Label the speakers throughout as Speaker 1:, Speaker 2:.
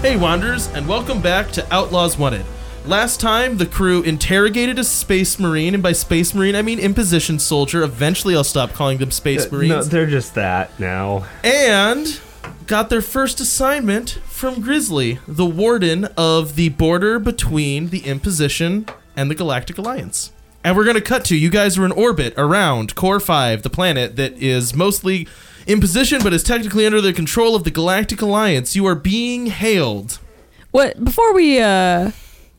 Speaker 1: Hey, Wanderers, and welcome back to Outlaws Wanted. Last time, the crew interrogated a space marine, and by space marine, I mean imposition soldier. Eventually, I'll stop calling them space
Speaker 2: No,
Speaker 1: marines.
Speaker 2: they're just that now.
Speaker 1: and got their first assignment from Grizzly, the warden of the border between the Imposition and the Galactic Alliance. And we're going to cut to you guys are in orbit around Core 5, the planet that is mostly Imposition but is technically under the control of the Galactic Alliance. You are being hailed.
Speaker 3: What before we uh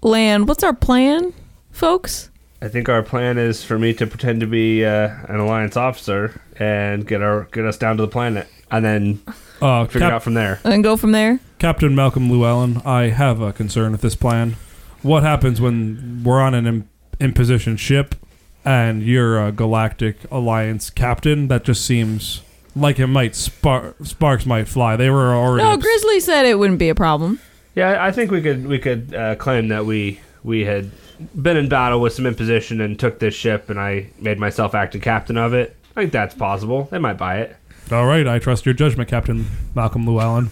Speaker 3: land, what's our plan, folks?
Speaker 2: I think our plan is for me to pretend to be uh, an alliance officer and get our get us down to the planet, and then
Speaker 4: Uh,
Speaker 2: figure it
Speaker 4: Cap-
Speaker 2: out from there.
Speaker 3: And then go from there.
Speaker 4: Captain Malcolm Llewellyn, I have a concern with this plan. What happens when we're on an im- imposition ship and you're a Galactic Alliance captain? That just seems like it might spar- sparks might fly. They were already
Speaker 3: No, Grizzly said it wouldn't be a problem.
Speaker 2: Yeah, I think we could we could uh, claim that we we had been in battle with some imposition and took this ship, and I made myself acting captain of it. I think that's possible. They might buy it.
Speaker 4: All right, I trust your judgment, Captain Malcolm Llewellyn.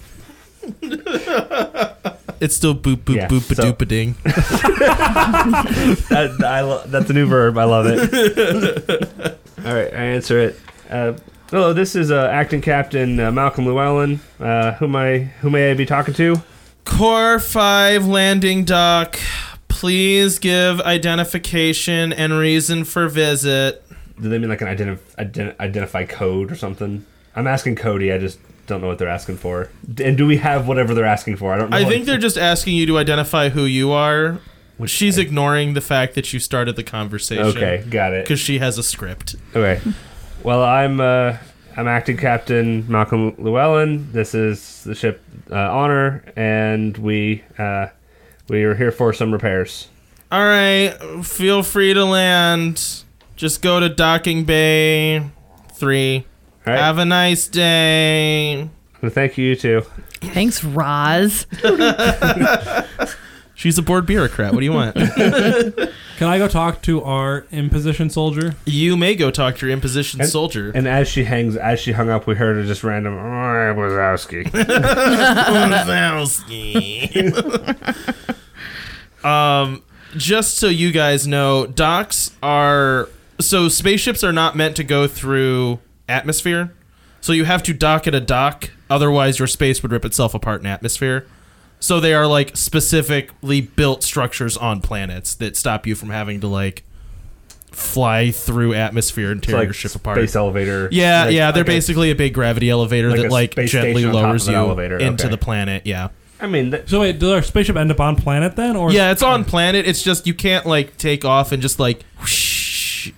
Speaker 1: It's still boop, boop,
Speaker 2: Yeah,
Speaker 1: boop, ba
Speaker 2: so-
Speaker 1: doop, ba ding.
Speaker 2: That, I lo- that's a new verb. I love it. All right, I answer it. Uh, hello, this is uh, acting captain uh, Malcolm Llewellyn. Uh, who am I? Who may I be talking to?
Speaker 1: Core 5 landing dock, please give identification and reason for visit.
Speaker 2: Do they mean like an identi- ident- identify code or something? I'm asking Cody. I just don't know what they're asking for. D- And do we have whatever they're asking for? I don't. know.
Speaker 1: I think they're just asking you to identify who you are. She's ignoring the fact that you started the conversation.
Speaker 2: okay. Got it.
Speaker 1: Because she has a script.
Speaker 2: Okay. Well, I'm uh, I'm acting captain Malcolm Llewellyn. This is the ship uh, Honor, and we uh, we are here for some repairs.
Speaker 1: All right, feel free to land. Just go to docking bay three.
Speaker 2: All right.
Speaker 1: Have a nice day.
Speaker 2: Well, thank you, you too.
Speaker 5: Thanks, Roz.
Speaker 1: She's a bored bureaucrat. What do you want?
Speaker 4: Can I go talk to our imposition soldier?
Speaker 1: you may go talk to your imposition
Speaker 2: And-
Speaker 1: soldier.
Speaker 2: And as she hangs, as she hung up, we heard a just random "Oh, Wazowski.
Speaker 1: um, just so you guys know, docks are so spaceships are not meant to go through atmosphere. So you have to dock at a dock, otherwise your space would rip itself apart in atmosphere. So they are like specifically built structures on planets that stop you from having to like fly through atmosphere and tear your ship apart.
Speaker 2: space elevator.
Speaker 1: Yeah,
Speaker 2: Like-
Speaker 1: yeah, they're
Speaker 2: like a-
Speaker 1: basically a, big gravity elevator
Speaker 2: like a
Speaker 1: that like
Speaker 2: space
Speaker 1: gently
Speaker 2: station on top
Speaker 1: lowers
Speaker 2: of an
Speaker 1: you
Speaker 2: elevator,
Speaker 1: into
Speaker 2: okay.
Speaker 1: the planet. Yeah,
Speaker 2: I mean, th-
Speaker 4: So wait, does our spaceship end up on planet then, or
Speaker 1: yeah, it's on planet. It's just you can't like take off and just like whoosh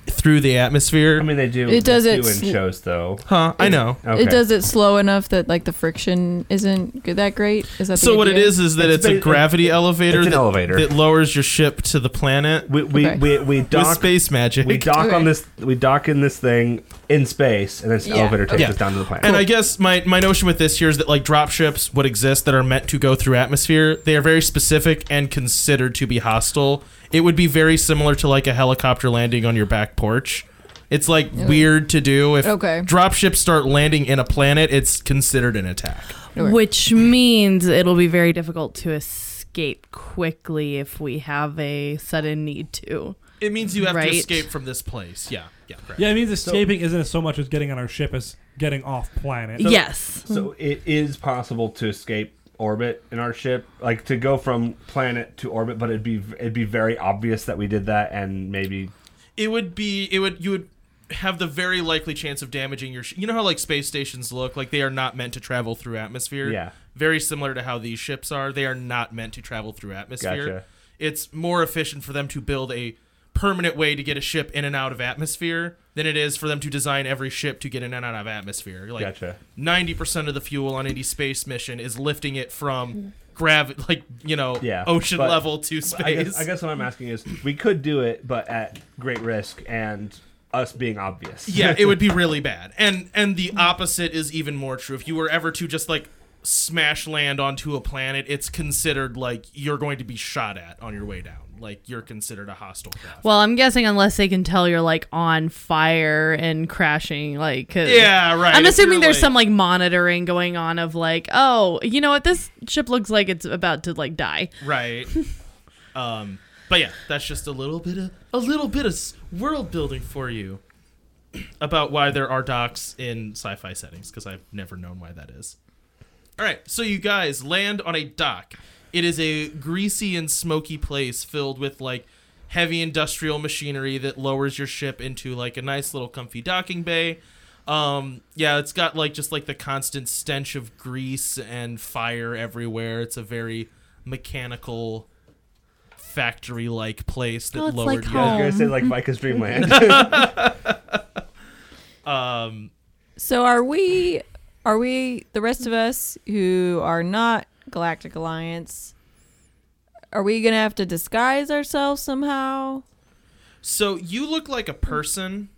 Speaker 1: through the atmosphere.
Speaker 2: I mean they do.
Speaker 3: It does
Speaker 2: they
Speaker 3: it
Speaker 2: do in
Speaker 3: sl-
Speaker 2: shows though.
Speaker 1: huh? I know.
Speaker 2: Okay.
Speaker 3: It does it slow enough that like the friction isn't good, that great. Is that the
Speaker 1: So what it
Speaker 3: idea?
Speaker 1: is is that
Speaker 2: It's
Speaker 1: it's,
Speaker 2: ba-
Speaker 1: a gravity elevator,
Speaker 2: it's an
Speaker 1: that,
Speaker 2: elevator.
Speaker 1: that lowers your ship to the planet
Speaker 2: We we
Speaker 3: Okay.
Speaker 2: we, we dock.
Speaker 1: with space magic.
Speaker 2: we dock
Speaker 3: Okay.
Speaker 2: on this. We dock in this thing in space, and then an
Speaker 3: Yeah.
Speaker 2: elevator takes
Speaker 1: Yeah.
Speaker 2: us down to the planet.
Speaker 1: And I guess my, my notion with this here is that like dropships would exist that are meant to go through atmosphere. They are very specific and considered to be hostile. It would be very similar to like a helicopter landing on your back porch. It's like weird to do if
Speaker 3: Okay.
Speaker 1: dropships start landing in a planet, it's considered an attack.
Speaker 3: Sure.
Speaker 5: Which means it'll be very difficult to escape quickly if we have a sudden need to.
Speaker 1: It means you have
Speaker 5: Right.
Speaker 1: to escape from this place. Yeah. Yeah. Correct.
Speaker 4: Yeah, it means escaping isn't so much as getting on our ship as getting off planet.
Speaker 5: yes.
Speaker 1: Hmm.
Speaker 2: So it is possible to escape orbit in our ship, like to go from planet to orbit, but it'd be it'd be very obvious that we did that, and maybe
Speaker 1: it would be it would you would have the very likely chance of damaging your sh- you know how like space stations look like they are not meant to travel through atmosphere
Speaker 2: Yeah.
Speaker 1: very similar to how these ships are they are not meant to travel through atmosphere
Speaker 2: Gotcha.
Speaker 1: it's more efficient for them to build a permanent way to get a ship in and out of atmosphere than it is for them to design every ship to get in and out of atmosphere like
Speaker 2: Gotcha.
Speaker 1: 90% of the fuel on any space mission is lifting it from gravity like you know
Speaker 2: Yeah,
Speaker 1: ocean
Speaker 2: but-
Speaker 1: level to space
Speaker 2: I guess, I guess what I'm asking is we could do it, but at great risk and us being obvious.
Speaker 1: yeah it would be really bad and and the opposite is even more true if you were ever to just like smash land onto a planet it's considered like you're going to be shot at on your way down like you're considered a hostile craft.
Speaker 5: Well, I'm guessing unless they can tell you're like on fire and crashing, like 'cause-
Speaker 1: yeah, right.
Speaker 5: I'm
Speaker 1: If
Speaker 5: assuming
Speaker 1: you're,
Speaker 5: there's
Speaker 1: like-
Speaker 5: some like monitoring going on of like, oh, you know what, this ship looks like it's about to like die.
Speaker 1: right. um, but yeah, that's just a little bit of a little bit of s- world building for you about why there are docks in sci-fi settings because I've never known why that is. All right, so you guys land on a dock. It is a greasy and smoky place filled with like heavy industrial machinery that lowers your ship into like a nice little comfy docking bay. Um, yeah, it's got like just like the constant stench of grease and fire everywhere. It's a very mechanical factory like place that
Speaker 3: Oh, it's
Speaker 1: lowered
Speaker 3: like
Speaker 2: I was
Speaker 1: you.
Speaker 2: gonna say like Micah's Dreamland.
Speaker 1: Um,
Speaker 3: So are we? Are we the rest of us who are not Galactic Alliance? Are we gonna have to disguise ourselves somehow?
Speaker 1: so you look like
Speaker 3: Mm.
Speaker 1: a person.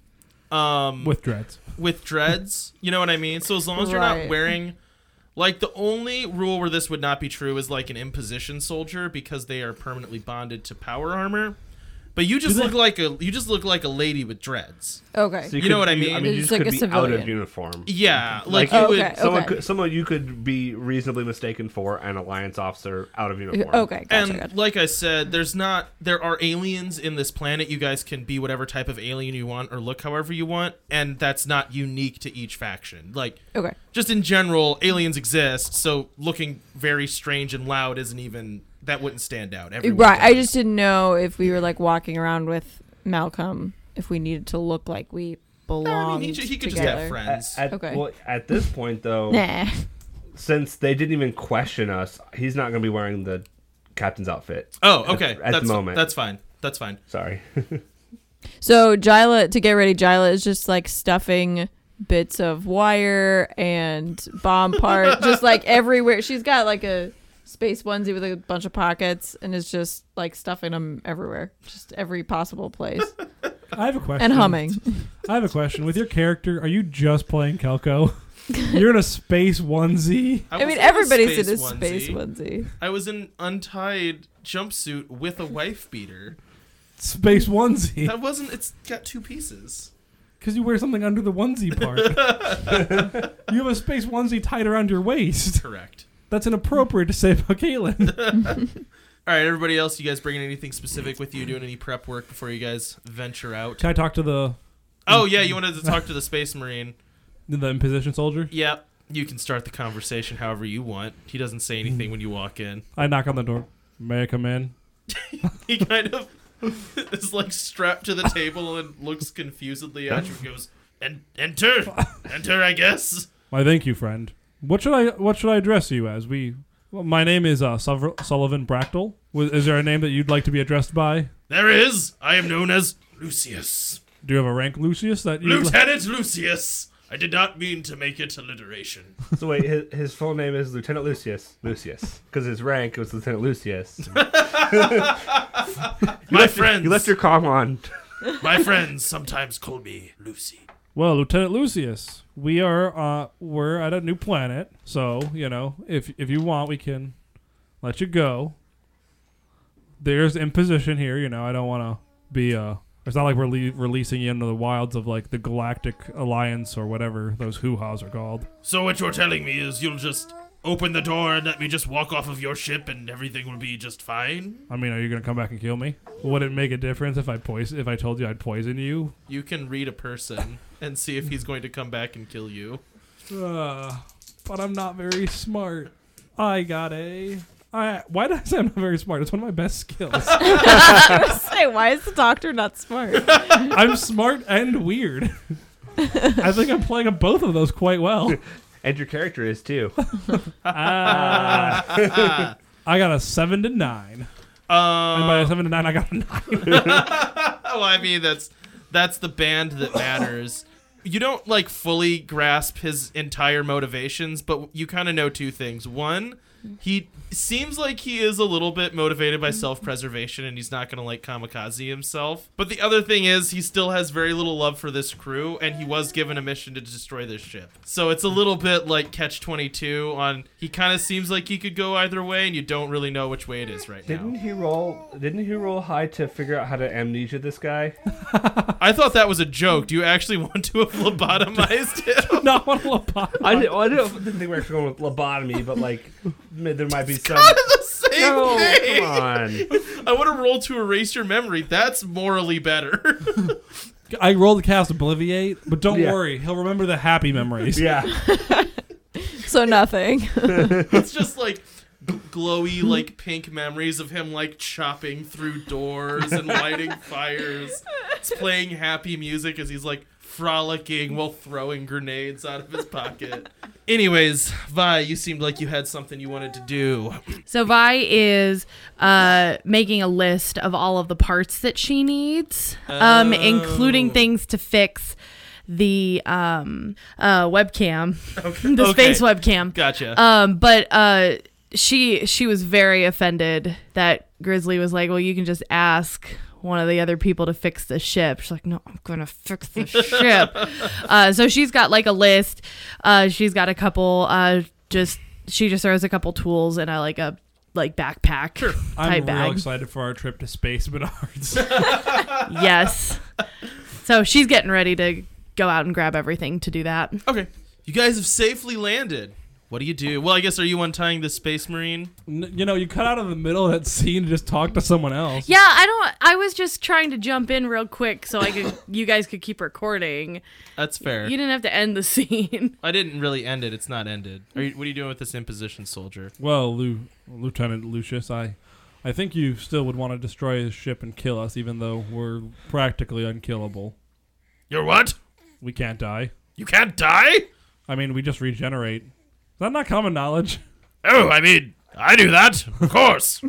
Speaker 1: Um,
Speaker 4: with dreads.
Speaker 1: with dreads. You know what I mean? So as long as you're
Speaker 3: Right.
Speaker 1: not wearing like the only rule where this would not be true is like an imposition soldier because they are permanently bonded to power armor. But you just look like a you just look like a lady with dreads.
Speaker 3: Okay.
Speaker 2: So
Speaker 1: You know
Speaker 2: could
Speaker 1: what I
Speaker 2: be-
Speaker 1: mean?
Speaker 2: I mean, you
Speaker 3: It's
Speaker 2: just
Speaker 3: like
Speaker 2: could
Speaker 3: a
Speaker 2: be out
Speaker 3: civilian.
Speaker 2: of uniform.
Speaker 1: Yeah, like,
Speaker 2: Like-
Speaker 1: you would.
Speaker 3: Oh, Okay.
Speaker 2: Someone, could, someone you could be reasonably mistaken for an alliance officer out of uniform.
Speaker 3: okay. Gotcha.
Speaker 1: And
Speaker 3: gotcha.
Speaker 1: like I said, there's not there are aliens in this planet. You guys can be whatever type of alien you want or look however you want, and that's not unique to each faction. Like
Speaker 3: Okay.
Speaker 1: just in general, aliens exist, so looking very strange and loud isn't even that wouldn't stand out. Everyone
Speaker 3: Right. I
Speaker 1: does.
Speaker 3: just didn't know if we were like walking around with Malcolm, if we needed to look like
Speaker 1: I
Speaker 3: we belonged
Speaker 1: mean, he, ju- he could just have
Speaker 3: together.
Speaker 1: friends.
Speaker 2: At, at-
Speaker 3: Okay.
Speaker 2: well, at this point, though,
Speaker 3: nah.
Speaker 2: since they didn't even question us, he's not going to be wearing the captain's outfit.
Speaker 1: oh, okay.
Speaker 2: at the
Speaker 1: that's,
Speaker 2: moment.
Speaker 1: that's fine. That's fine.
Speaker 2: Sorry.
Speaker 3: So Jyla, to get ready, Jyla is just like stuffing bits of wire and bomb part, just like everywhere. She's got like a space onesie with a bunch of pockets and is just like stuffing them everywhere, just every possible place,
Speaker 4: I have a question.
Speaker 3: and humming.
Speaker 4: I have a question. With your character, are you just playing Kelko? You're in a space onesie.
Speaker 3: I, mean,
Speaker 1: was in a
Speaker 3: everybody's in a
Speaker 1: onesie.
Speaker 3: space onesie.
Speaker 1: I was in untied jumpsuit with a wife beater.
Speaker 4: Space onesie.
Speaker 1: That wasn't. It's got two pieces.
Speaker 4: Because you wear something under the onesie part. you have a space onesie tied around your waist.
Speaker 1: Correct.
Speaker 4: That's inappropriate to say about Caitlin.
Speaker 1: All right, everybody else, you guys bringing anything specific with you? Doing any prep work before you guys venture out?
Speaker 4: Can I talk to the
Speaker 1: Oh yeah, you wanted to talk to the space marine.
Speaker 4: the imposition soldier?
Speaker 1: Yeah, you can start the conversation however you want. He doesn't say anything when you walk in.
Speaker 4: I knock on the door. May I come in?
Speaker 1: He kind of is like strapped to the table and looks confusedly at you and goes, and enter, enter, I guess.
Speaker 4: Why, thank you, friend. What should I what should I address you as? We, well, my name is uh, Suver- Sullivan Bractel. W- Is there a name that you'd like to be addressed by?
Speaker 1: There is. I am known as Lucius,
Speaker 4: Do you have a rank, Lucius? That you
Speaker 1: Lieutenant Lucius. I did not mean to make it alliteration.
Speaker 2: so wait, his, his full name is Lieutenant Lucius. Lucius, because his rank was Lieutenant Lucius.
Speaker 1: My friends,
Speaker 2: You left your com on.
Speaker 1: my friends sometimes call me Lucy.
Speaker 4: Well, Lieutenant Lucius, we are uh we're at a new planet, so you know if if you want, we can let you go. There's imposition here, you know. I don't want to be uh. It's not like we're le- releasing you into the wilds of like the Galactic Alliance or whatever those hoo haws are called.
Speaker 1: So what you're telling me is you'll just open the door and let me just walk off of your ship and everything will be just fine.
Speaker 4: I mean, are you gonna come back and kill me? Would it make a difference if I poison if I told you I'd poison you?
Speaker 1: You can read a person and see if he's going to come back and kill you.
Speaker 4: Uh, but I'm not very smart. I got a. I, why did I say I'm not very smart? It's one of my best skills.
Speaker 3: I was saying, why is the doctor not smart?
Speaker 4: I'm smart and weird. I think I'm playing up both of those quite well. Uh,
Speaker 2: And your character is too.
Speaker 4: I got a seven to nine. And
Speaker 1: Um,
Speaker 4: by a seven to nine, I got a nine.
Speaker 1: well, I mean that's that's the band that matters. You don't like fully grasp his entire motivations, but you kind of know two things. One, He seems like he is a little bit motivated by self-preservation and he's not going to like kamikaze himself. But the other thing is he still has very little love for this crew and he was given a mission to destroy this ship. So it's a little bit like catch 22 on he kind of seems like he could go either way and you don't really know which way it is right now.
Speaker 2: Didn't he roll? Didn't he roll high to figure out how to amnesia this guy?
Speaker 1: I thought that was a joke. Do you actually want to have lobotomized him?
Speaker 4: Not one lapot.
Speaker 2: I didn't, well, I didn't didn't think we were actually going with lobotomy, but like ma- there might be some.
Speaker 1: Out of the same
Speaker 2: No,
Speaker 1: thing.
Speaker 2: come on.
Speaker 1: I want to roll to erase your memory. That's morally better.
Speaker 4: I rolled the cast Obliviate, but don't
Speaker 2: Yeah.
Speaker 4: worry, he'll remember the happy memories.
Speaker 2: Yeah,
Speaker 3: So nothing.
Speaker 1: it's just like gl- glowy, like pink memories of him like chopping through doors and lighting fires. It's playing happy music as he's like frolicking while throwing grenades out of his pocket. Anyways, Vi, you seemed like you had something you wanted to do.
Speaker 5: So Vi is uh, making a list of all of the parts that she needs, um, including
Speaker 1: Oh.
Speaker 5: things to fix the um, uh, webcam,
Speaker 1: Okay.
Speaker 5: the
Speaker 1: okay.
Speaker 5: space webcam.
Speaker 1: Gotcha.
Speaker 5: Um, but uh, she she was very offended that Grizzly was like, "Well, you can just ask." One of the other people to fix the ship. She's like, no, I'm gonna fix the ship. Uh, so she's got like a list. Uh, she's got a couple. Uh, just she just throws a couple tools in a like a like backpack
Speaker 4: I'm
Speaker 5: type
Speaker 4: real
Speaker 5: bag.
Speaker 4: excited for our trip to Space Menards.
Speaker 5: yes. So she's getting ready to go out and grab everything to do that.
Speaker 1: okay. You guys have safely landed. What do you do? Well, I guess are you untying the space marine?
Speaker 4: N- you know, you cut out of the middle of that scene to just talk to someone else.
Speaker 5: Yeah, I don't. I was just trying to jump in real quick so I could you guys could keep recording.
Speaker 1: That's fair.
Speaker 5: You didn't have to end the scene.
Speaker 1: I didn't really end it. It's not ended. Are you, what are you doing with this imposition soldier?
Speaker 4: Well, Lu- Lieutenant Lucius, I, I think you still would want to destroy his ship and kill us, even though we're practically unkillable.
Speaker 1: You're what?
Speaker 4: We can't die.
Speaker 1: You can't die?
Speaker 4: I mean, we just regenerate. Is that not common knowledge?
Speaker 1: Oh, I mean, I knew that. Of course.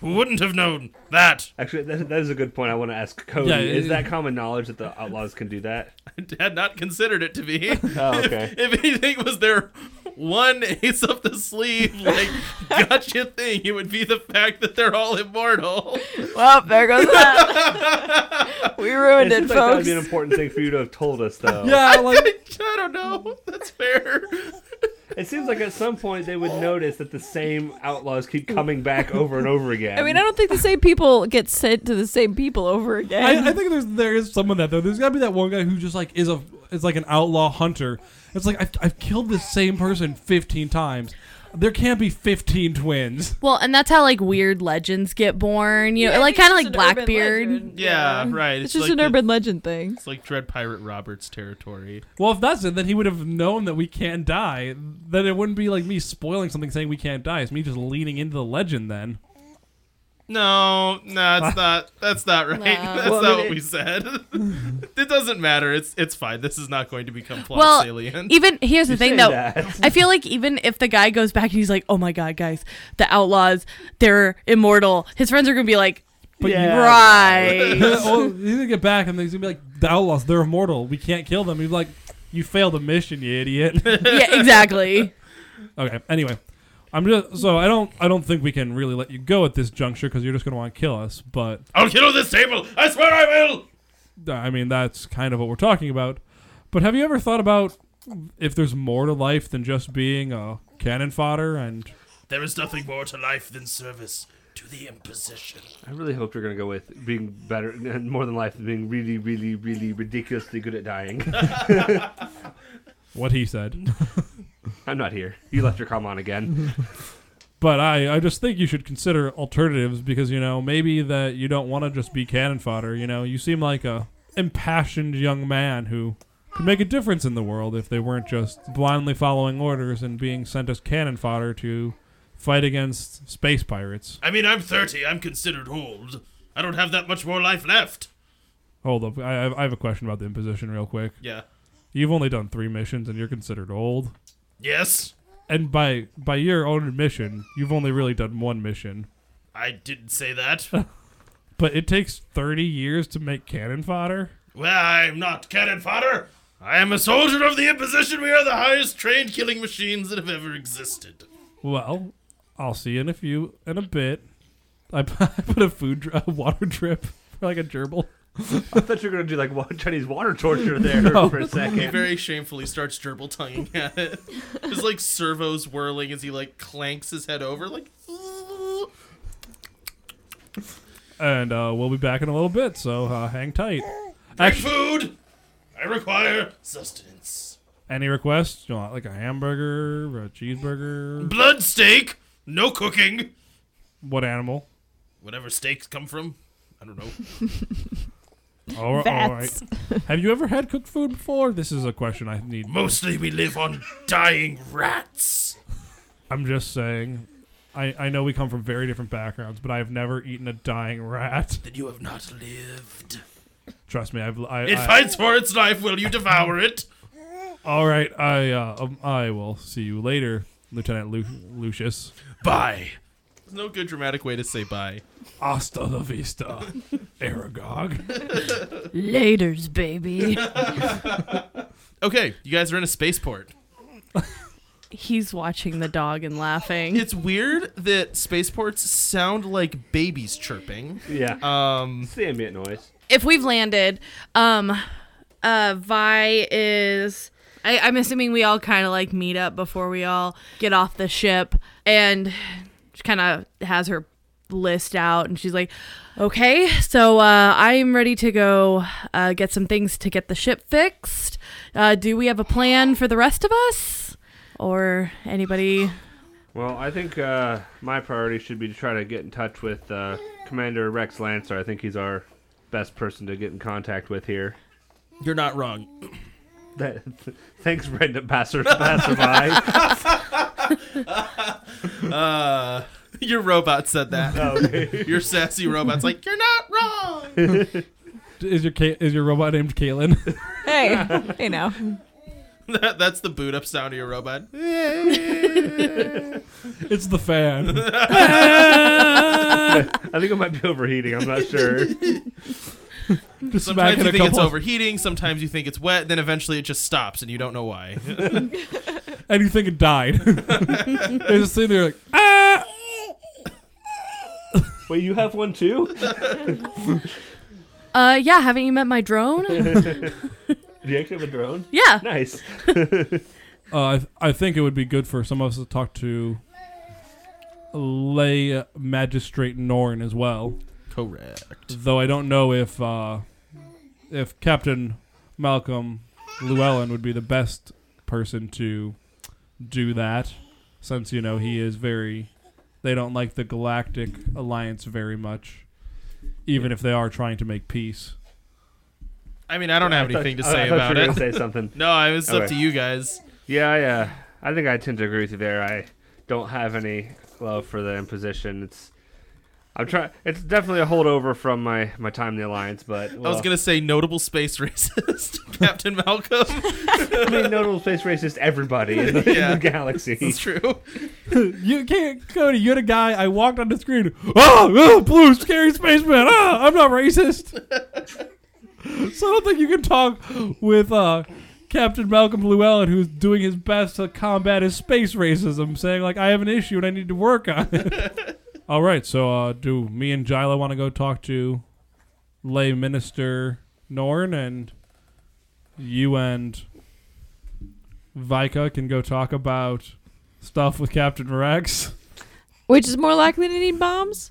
Speaker 1: Who wouldn't have known that?
Speaker 2: actually, that, that is a good point. I want to ask Cody:
Speaker 4: Yeah,
Speaker 2: Is
Speaker 4: it-
Speaker 2: that common knowledge that the outlaws can do that?
Speaker 1: I had not considered it to be.
Speaker 2: Oh, okay.
Speaker 1: if anything was their one ace up the sleeve, like, gotcha thing, it would be the fact that they're all immortal.
Speaker 3: well, there goes that. we
Speaker 2: It
Speaker 3: ruined it,
Speaker 2: seems like that would
Speaker 3: folks.
Speaker 2: be an important thing for you to have told us, though.
Speaker 4: Yeah, like
Speaker 1: I don't know. That's fair.
Speaker 2: It seems like at some point they would notice that the same outlaws keep coming back over and over again.
Speaker 3: I mean, I don't think the same people get sent to the same people over again.
Speaker 4: I, I think there's there is some of that though. There's got to be that one guy who just like is a is like an outlaw hunter. It's like I've, I've killed the same person 15 times. There can't be 15 twins.
Speaker 5: Well, and that's how like weird legends get born. You know, like kind of like Blackbeard.
Speaker 1: Yeah, right.
Speaker 3: It's, just
Speaker 1: like
Speaker 3: an
Speaker 1: the-
Speaker 3: urban legend thing.
Speaker 1: It's like Dread Pirate Roberts territory.
Speaker 4: Well, if that's it, then he would have known that we can't die. Then it wouldn't be like me spoiling something saying we can't die. It's me just leaning into the legend then.
Speaker 1: No, no, it's not. That's not right.
Speaker 5: No.
Speaker 1: That's
Speaker 2: Well,
Speaker 1: not
Speaker 2: I mean,
Speaker 1: what we
Speaker 2: it-
Speaker 1: said. it doesn't matter. It's it's fine. This is not going to become plot
Speaker 5: Well,
Speaker 1: salient.
Speaker 5: even here's the
Speaker 2: You
Speaker 5: thing
Speaker 2: say
Speaker 5: though.
Speaker 2: that.
Speaker 5: I feel like even if the guy goes back and he's like, "Oh my god, guys, the outlaws, they're immortal." His friends are gonna be like,
Speaker 4: But you-
Speaker 2: Yeah.
Speaker 5: "Right."
Speaker 4: well, he's gonna get back and he's gonna be like, the outlaws, they're immortal. We can't kill them. He's like, you failed the mission, you idiot.
Speaker 5: yeah, exactly.
Speaker 4: okay. Anyway, I'm just so I don't I don't think we can really let you go at this juncture because you're just gonna want to kill us. But uh,
Speaker 1: I'll kill this table. I swear I will.
Speaker 4: I mean, that's kind of what we're talking about. But have you ever thought about if there's more to life than just being a cannon fodder? And
Speaker 1: There is nothing more to life than service to the imposition.
Speaker 2: I really hope you're gonna go with being better and more than life being really, really, really ridiculously good at dying.
Speaker 4: what he said.
Speaker 2: I'm not here. You left your com on again.
Speaker 4: But I, I just think you should consider alternatives because, you know, maybe that you don't want to just be cannon fodder. You know, you seem like a impassioned young man who could make a difference in the world if they weren't just blindly following orders and being sent as cannon fodder to fight against space pirates.
Speaker 1: I mean, I'm 30. I'm considered old. I don't have that much more life left.
Speaker 4: Hold up. I, I I have a question about the imposition real quick.
Speaker 1: Yeah.
Speaker 4: You've only done three missions and you're considered old.
Speaker 1: Yes.
Speaker 4: And by by your own admission, you've only really done one mission.
Speaker 1: I didn't say that.
Speaker 4: But it takes thirty years to make cannon fodder.
Speaker 1: well, I'm not cannon fodder. I am a soldier of the imposition. We are the highest trained killing machines that have ever existed.
Speaker 4: Well, I'll see you in a few in a bit. I put I put a food dr- a water drip for like a gerbil.
Speaker 2: I thought you were gonna do like wa- Chinese water torture there for a
Speaker 1: He
Speaker 2: second.
Speaker 1: very shamefully starts gerbil tonguing at it. His like servos whirling as he like clanks his head over like.
Speaker 4: And uh, we'll be back in a little bit, so uh, hang tight.
Speaker 1: Bring
Speaker 4: Actu-
Speaker 1: food. I require sustenance.
Speaker 4: any requests? You want like a hamburger, or a cheeseburger?
Speaker 1: Blood steak. No cooking.
Speaker 4: What animal?
Speaker 1: Whatever steaks come from. I don't know.
Speaker 4: All right. All right.
Speaker 3: Vats.
Speaker 4: Have you ever had cooked food before? This is a question I need.
Speaker 1: Mostly we live on dying rats.
Speaker 4: I'm just saying. I, I know we come from very different backgrounds, but I have never eaten a dying rat.
Speaker 1: Then you have not lived.
Speaker 4: Trust me, I've. I,
Speaker 1: It
Speaker 4: I-
Speaker 1: fights for its life. Will you devour it?
Speaker 4: all right, I uh, um, I will see you later, Lieutenant Lu- Lucius.
Speaker 1: Bye. There's no good dramatic way to say bye.
Speaker 4: Hasta la vista, Aragog.
Speaker 5: Laters, baby.
Speaker 1: Okay, you guys are in a spaceport.
Speaker 5: He's watching the dog and laughing.
Speaker 1: It's weird that spaceports sound like babies chirping.
Speaker 2: Yeah,
Speaker 1: Um,
Speaker 2: it's the ambient noise.
Speaker 5: If we've landed, um, uh, Vi is. I, I'm assuming we all kind of like meet up before we all get off the ship, and she kind of has her list out, and she's like, "Okay, so uh, I'm ready to go uh, get some things to get the ship fixed. Uh, do we have a plan for the rest of us, or anybody?"
Speaker 2: Well, I think uh, my priority should be to try to get in touch with uh, Commander Rex Lancer. I think he's our best person to get in contact with here.
Speaker 1: you're not wrong.
Speaker 2: That, thanks, random passer, passerby.
Speaker 1: Uh, your robot said that.
Speaker 2: Oh, okay.
Speaker 1: Your sassy robot's like, you're not wrong.
Speaker 4: Is your Ka- is your robot named Caitlin?
Speaker 3: Hey, hey now.
Speaker 1: That- That's the boot up sound of your robot.
Speaker 2: Eh,
Speaker 4: it's the fan.
Speaker 2: I think it might be overheating. I'm not sure.
Speaker 4: Just
Speaker 1: Sometimes
Speaker 4: smacking
Speaker 1: you
Speaker 4: a
Speaker 1: think it's
Speaker 4: couple,
Speaker 1: overheating. Sometimes you think it's wet. Then eventually it just stops and you don't know why.
Speaker 4: and you think it died. They're just sitting there like ah.
Speaker 2: Wait, you have one too?
Speaker 5: Uh, yeah, haven't you met my drone?
Speaker 2: Do you actually have a drone?
Speaker 5: yeah.
Speaker 2: Nice.
Speaker 4: Uh, I, I think it would be good for some of us to talk to lay magistrate Norn as well.
Speaker 1: Correct.
Speaker 4: Though I don't know if uh, if Captain Malcolm Llewellyn would be the best person to do that, since you know he is very. They don't like the Galactic Alliance very much, even if they are trying to make peace.
Speaker 1: I mean, I don't have anything to say
Speaker 2: I, I thought
Speaker 1: about
Speaker 2: you were
Speaker 1: it.
Speaker 2: gonna Say something.
Speaker 1: No, it was up
Speaker 2: Okay.
Speaker 1: to you guys.
Speaker 2: Yeah, yeah. I think I tend to agree with you there. I don't have any love for the imposition. It's I'm trying. It's definitely a holdover from my my time in the alliance, but
Speaker 1: I was gonna say notable space racist, Captain Malcolm.
Speaker 2: I mean, notable space racist everybody in the,
Speaker 1: Yeah.
Speaker 2: in the galaxy.
Speaker 1: It's true.
Speaker 4: you can't, Cody. You had a guy. I walked on the screen. Oh, oh blue scary spaceman. Ah, I'm not racist. so I don't think you can talk with uh, Captain Malcolm Llewellyn, who's doing his best to combat his space racism, saying like, "I have an issue and I need to work on it." All right. So uh, do me and Jyla want to go talk to lay minister Norn and you and Vika can go talk about stuff with Captain Rex.
Speaker 3: Which is more likely to need bombs?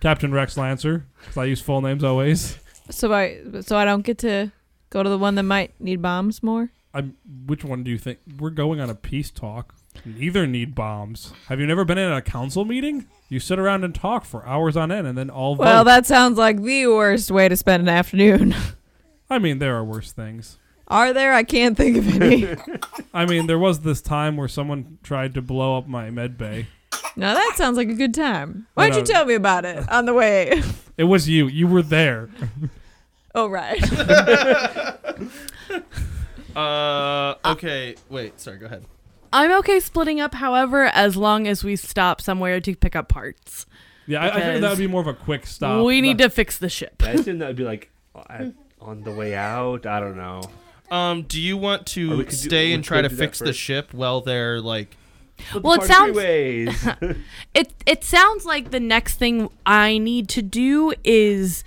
Speaker 4: Captain Rex Lancer, 'cause I use full names always.
Speaker 3: So I so I don't get to go to the one that might need bombs more.
Speaker 4: I'm, which one do you think? We're going on a peace talk. Neither need bombs. Have you never been in a council meeting? You sit around and talk for hours on end and then all vote.
Speaker 3: Well, that sounds like the worst way to spend an afternoon.
Speaker 4: I mean, there are worse things.
Speaker 3: Are there? I can't think of any. now
Speaker 4: I mean, there was this time where someone tried to blow up my med bay.
Speaker 3: that sounds like a good time. Why don't you
Speaker 4: Well, no.
Speaker 3: tell me about it on the way?
Speaker 4: It was you. You were there.
Speaker 3: oh right.
Speaker 1: Uh, okay. Wait. Sorry. Go ahead.
Speaker 5: I'm okay splitting up, however, as long as we stop somewhere to pick up parts.
Speaker 4: Yeah, I, I figured that
Speaker 5: Because
Speaker 4: would be more of a quick stop.
Speaker 5: we need
Speaker 4: But-
Speaker 5: to fix the ship.
Speaker 2: I assume that would be like
Speaker 5: Hmm.
Speaker 2: uh, on the way out. I don't know.
Speaker 1: Um, do you want
Speaker 2: Or we
Speaker 1: to
Speaker 2: could do-
Speaker 1: stay
Speaker 2: we
Speaker 1: and try
Speaker 2: could
Speaker 1: to
Speaker 2: do that
Speaker 1: fix the
Speaker 2: first.
Speaker 1: ship while they're like
Speaker 5: Well, it sounds-
Speaker 2: ways.
Speaker 5: It it sounds like the next thing I need to do is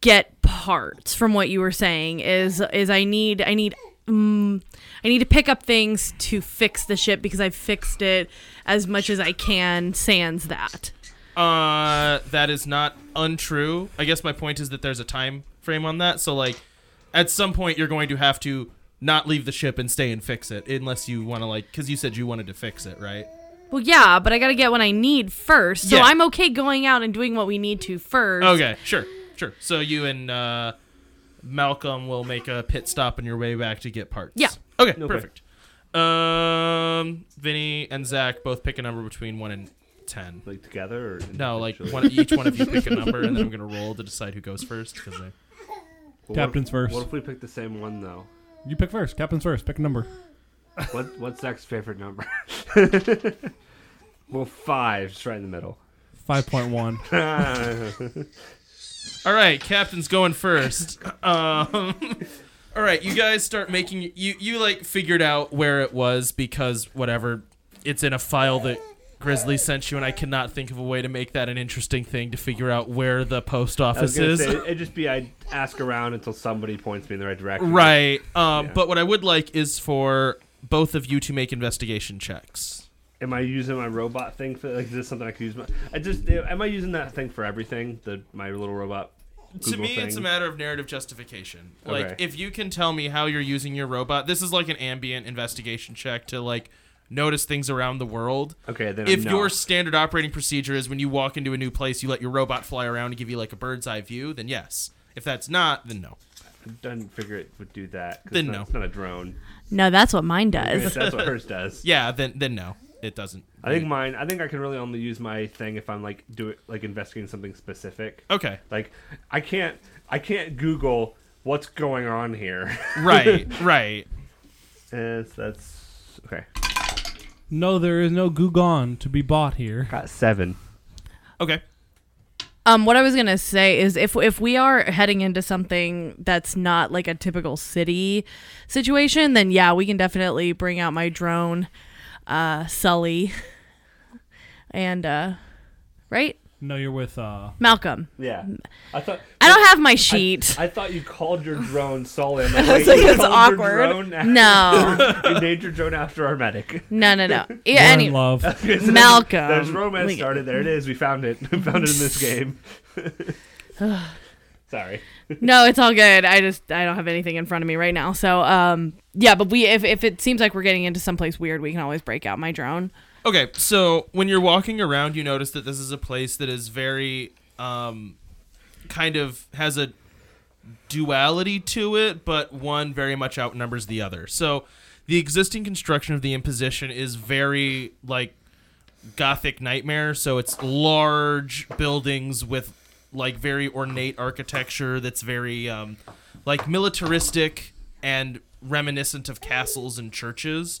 Speaker 5: get parts from what you were saying is is I need I need mm, I need to pick up things to fix the ship because I've fixed it as much as I can sans that.
Speaker 1: Uh, that is not untrue. I guess my point is that there's a time frame on that. So like, at some point you're going to have to not leave the ship and stay and fix it unless you want to like because you said you wanted to fix it right
Speaker 5: Well, yeah, but I got to get what I need first. So
Speaker 1: Yeah. Oh.
Speaker 5: I'm okay going out and doing what we need to first.
Speaker 1: okay sure sure so you and uh malcolm will make a pit stop on your way back to get parts
Speaker 5: Yeah.
Speaker 1: okay
Speaker 2: Okay.
Speaker 1: perfect um vinny and zach both pick a number between one and ten
Speaker 2: like together or
Speaker 1: no like
Speaker 2: individually?
Speaker 1: one each one of you pick a number and then i'm gonna roll to decide who goes first because i
Speaker 2: Well,
Speaker 4: Captain's
Speaker 2: what if,
Speaker 4: first.
Speaker 2: What if we pick the same one though?
Speaker 4: You pick first. Captain's first. Pick a number.
Speaker 2: What what's Zach's favorite number? well, five, just right in the middle.
Speaker 4: Five point one.
Speaker 1: All right, captain's going first. Um, all right, you guys start making you you like figured out where it was because whatever, it's in a file that Grizzly sent you, and I cannot think of a way to make that an interesting thing to figure out where the post
Speaker 2: I was
Speaker 1: office
Speaker 2: gonna
Speaker 1: is.
Speaker 2: say it'd just be I'd ask around until somebody points me in the right direction.
Speaker 1: right. Um,
Speaker 2: Yeah.
Speaker 1: But what I would like is for both of you to make investigation checks.
Speaker 2: Am I using my robot thing for like is this something I could use my I just am I using that thing for everything? The my little robot Google
Speaker 1: to me,
Speaker 2: thing?
Speaker 1: it's a matter of narrative justification. Like,
Speaker 2: Okay.
Speaker 1: if you can tell me how you're using your robot, this is like an ambient investigation check to like notice things around the world.
Speaker 2: Okay, then
Speaker 1: if
Speaker 2: I'm not.
Speaker 1: your standard operating procedure is when you walk into a new place, you let your robot fly around and give you like a bird's eye view, then yes. If that's not, then no.
Speaker 2: I didn't figure it would do that. 'cause
Speaker 1: Then
Speaker 2: it's not,
Speaker 1: no.
Speaker 2: it's not a drone.
Speaker 5: No, that's what mine does.
Speaker 2: That's what hers does.
Speaker 1: Yeah, then then no. It doesn't.
Speaker 2: I think mine. I think I can really only use my thing if I'm like do it like investigating something specific.
Speaker 1: Okay.
Speaker 2: Like I can't I can't Google what's going on here.
Speaker 1: Right. right.
Speaker 2: and that's okay.
Speaker 4: No, there is no Gugon to be bought here.
Speaker 2: Got seven.
Speaker 1: Okay.
Speaker 5: Um, what I was gonna say is if if we are heading into something that's not like a typical city situation, then yeah, we can definitely bring out my drone, uh, Sully, and uh, right,
Speaker 4: No, you're with uh
Speaker 5: Malcolm.
Speaker 2: Yeah. I thought
Speaker 5: I don't have my sheet.
Speaker 2: I thought you called your drone Sully. I'm Like,
Speaker 3: was like,
Speaker 2: wait, you
Speaker 3: that's
Speaker 2: called
Speaker 3: awkward.
Speaker 2: Your drone after,
Speaker 5: no,
Speaker 2: you named your drone after our medic.
Speaker 5: no, no, no.
Speaker 4: We're
Speaker 5: Yeah,
Speaker 4: in
Speaker 5: anyway.
Speaker 4: love.
Speaker 5: Malcolm.
Speaker 2: There's romance
Speaker 5: We-
Speaker 2: started. There it is. We found it. We found it in this game. Sorry.
Speaker 5: No, it's all good. I just I don't have anything in front of me right now. So um, yeah, but we if if it seems like we're getting into someplace weird, we can always break out my drone.
Speaker 1: Okay, so when you're walking around, you notice that this is a place that is very um kind of has a duality to it, but one very much outnumbers the other. So the existing construction of the imposition is very like gothic nightmare, so it's large buildings with like very ornate architecture that's very um like militaristic and reminiscent of castles and churches.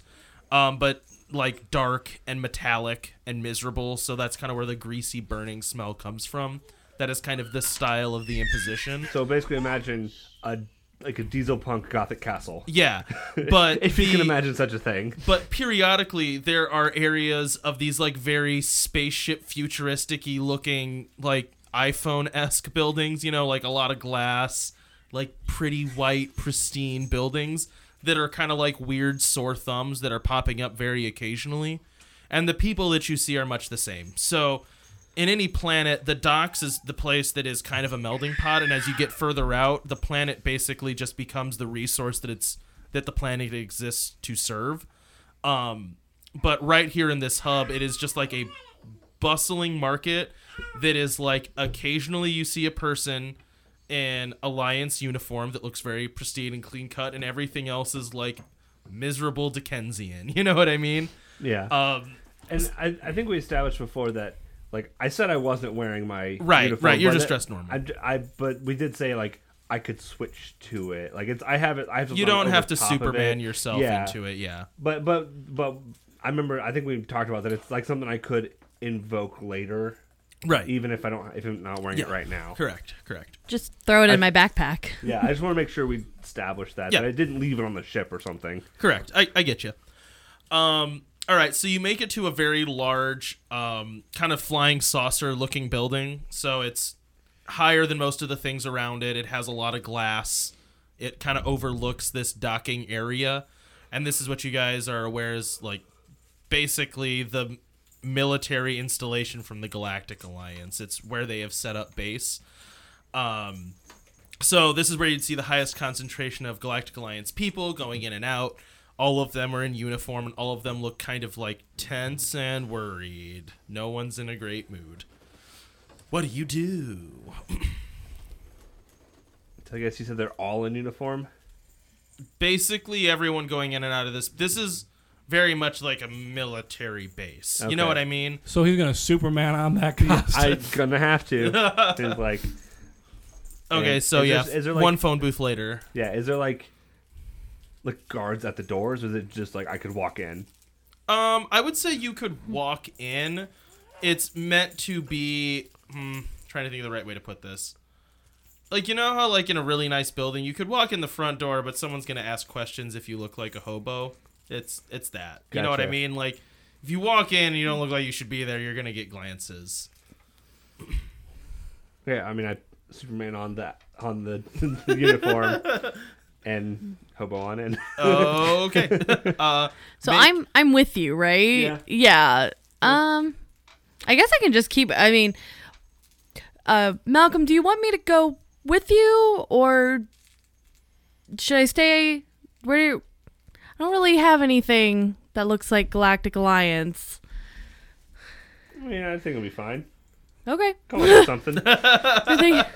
Speaker 1: Um but like dark and metallic and miserable, so that's kind of where the greasy burning smell comes from. That is kind of the style of the imposition.
Speaker 2: So basically, imagine a like a diesel punk gothic castle.
Speaker 1: Yeah, but
Speaker 2: If you can
Speaker 1: the-
Speaker 2: imagine such a thing.
Speaker 1: But periodically, there are areas of these like very spaceship, futuristic-y looking, like iPhone-esque buildings. You know, like a lot of glass, like pretty white, pristine buildings that are kind of like weird sore thumbs that are popping up very occasionally. And the people that you see are much the same. So in any planet, the docks is the place that is kind of a melding pot, and as you get further out, the planet basically just becomes the resource that it's that the planet exists to serve. Um, but right here in this hub, it is just like a bustling market that is like occasionally you see a person in alliance uniform that looks very pristine and clean cut, and everything else is like miserable Dickensian. You know what I mean?
Speaker 2: Yeah.
Speaker 1: Um,
Speaker 2: and I, I think we established before that, like I said, I wasn't wearing my
Speaker 1: Right,
Speaker 2: uniform,
Speaker 1: right, you're
Speaker 2: but
Speaker 1: just
Speaker 2: it-
Speaker 1: dressed normal.
Speaker 2: I, I but we did say like I could switch to it. Like it's I have it. I have
Speaker 1: you
Speaker 2: something
Speaker 1: don't
Speaker 2: over
Speaker 1: have to
Speaker 2: top of
Speaker 1: Superman
Speaker 2: it.
Speaker 1: yourself
Speaker 2: Yeah.
Speaker 1: into it. Yeah.
Speaker 2: But but but I remember. I think we talked about that. It's like something I could invoke later,
Speaker 1: Right.
Speaker 2: even if I don't if I'm not wearing it
Speaker 1: Yeah.
Speaker 2: right now.
Speaker 1: Correct. Correct.
Speaker 5: Just throw it in my backpack.
Speaker 2: Yeah, I just want to make sure we established that.
Speaker 1: Yeah.
Speaker 2: That I didn't leave it on the ship or something.
Speaker 1: Correct. I, I get you. Um, All right, so you make it to a very large, um, kind of flying saucer looking building. So it's higher than most of the things around it. It has a lot of glass. It kind of overlooks this docking area. And this is what you guys are aware is like basically the military installation from the Galactic Alliance. It's where they have set up base. Um, so this is where you'd see the highest concentration of Galactic Alliance people going in and out. All of them are in uniform, and all of them look kind of like tense and worried. No one's in a great mood. What do you do?
Speaker 2: So I guess you said they're all in uniform.
Speaker 1: Basically, everyone going in and out of this. This is very much like a military base. You know
Speaker 2: Okay.
Speaker 1: what I mean?
Speaker 4: So he's gonna Superman on that costume.
Speaker 2: I'm gonna have to. He's like,
Speaker 1: Okay,
Speaker 2: And
Speaker 1: so
Speaker 2: is
Speaker 1: yeah,
Speaker 2: there- is there, like-
Speaker 1: one phone booth later.
Speaker 2: yeah. Is there like, like guards at the doors? Or is it just like I could walk in?
Speaker 1: Um, I would say you could walk in. It's meant to be. Hmm, trying to think of the right way to put this. Like you know how like in a really nice building you could walk in the front door, but someone's gonna ask questions if you look like a hobo. It's it's that. You know what I
Speaker 2: Gotcha.
Speaker 1: mean? Like if you walk in and you don't look like you should be there, you're gonna get glances.
Speaker 2: Yeah, I mean, I Superman on the on the, the uniform and hobo on in.
Speaker 1: Okay. uh,
Speaker 5: So
Speaker 1: Make-
Speaker 5: I'm I'm with you, right?
Speaker 2: Yeah.
Speaker 5: Yeah. Um I guess I can just keep I mean uh Malcolm, do you want me to go with you or should I stay where I don't really have anything that looks like Galactic Alliance.
Speaker 2: I mean, I think it'll be fine.
Speaker 5: Okay.
Speaker 2: Come on, something.
Speaker 5: I think-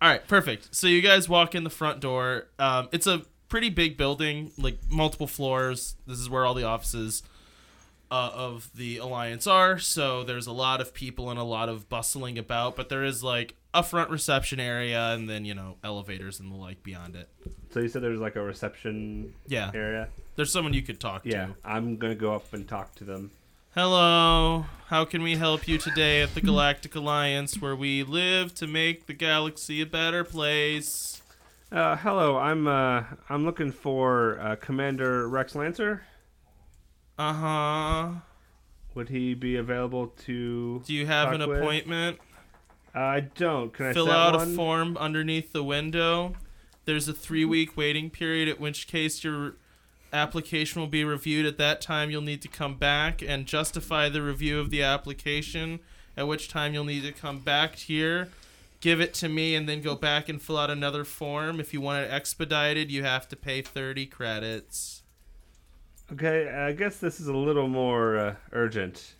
Speaker 1: All right, perfect. So you guys walk in the front door. Um, it's a pretty big building, like multiple floors. This is where all the offices uh, of the Alliance are. So there's a lot of people and a lot of bustling about, but there is like a front reception area and then, you know, elevators and the like beyond it.
Speaker 2: So you said there's like a reception
Speaker 1: Yeah.
Speaker 2: area.
Speaker 1: There's someone you could talk
Speaker 2: Yeah,
Speaker 1: to.
Speaker 2: I'm gonna go up and talk to them.
Speaker 1: Hello. How can we help you today at the Galactic Alliance where we live to make the galaxy a better place?
Speaker 2: Uh, hello, I'm uh, I'm looking for uh, Commander Rex Lancer.
Speaker 1: Uh huh.
Speaker 2: Would he be available to?
Speaker 1: Do you have an
Speaker 2: Talk with-
Speaker 1: appointment?
Speaker 2: I don't. Can I
Speaker 1: fill
Speaker 2: set
Speaker 1: out
Speaker 2: one?
Speaker 1: a form underneath the window. There's a three week waiting period, at which case your application will be reviewed. At that time, you'll need to come back and justify the review of the application, at which time, you'll need to come back here, give it to me, and then go back and fill out another form. If you want it expedited, you have to pay 30 credits.
Speaker 2: Okay, I guess this is a little more uh, urgent.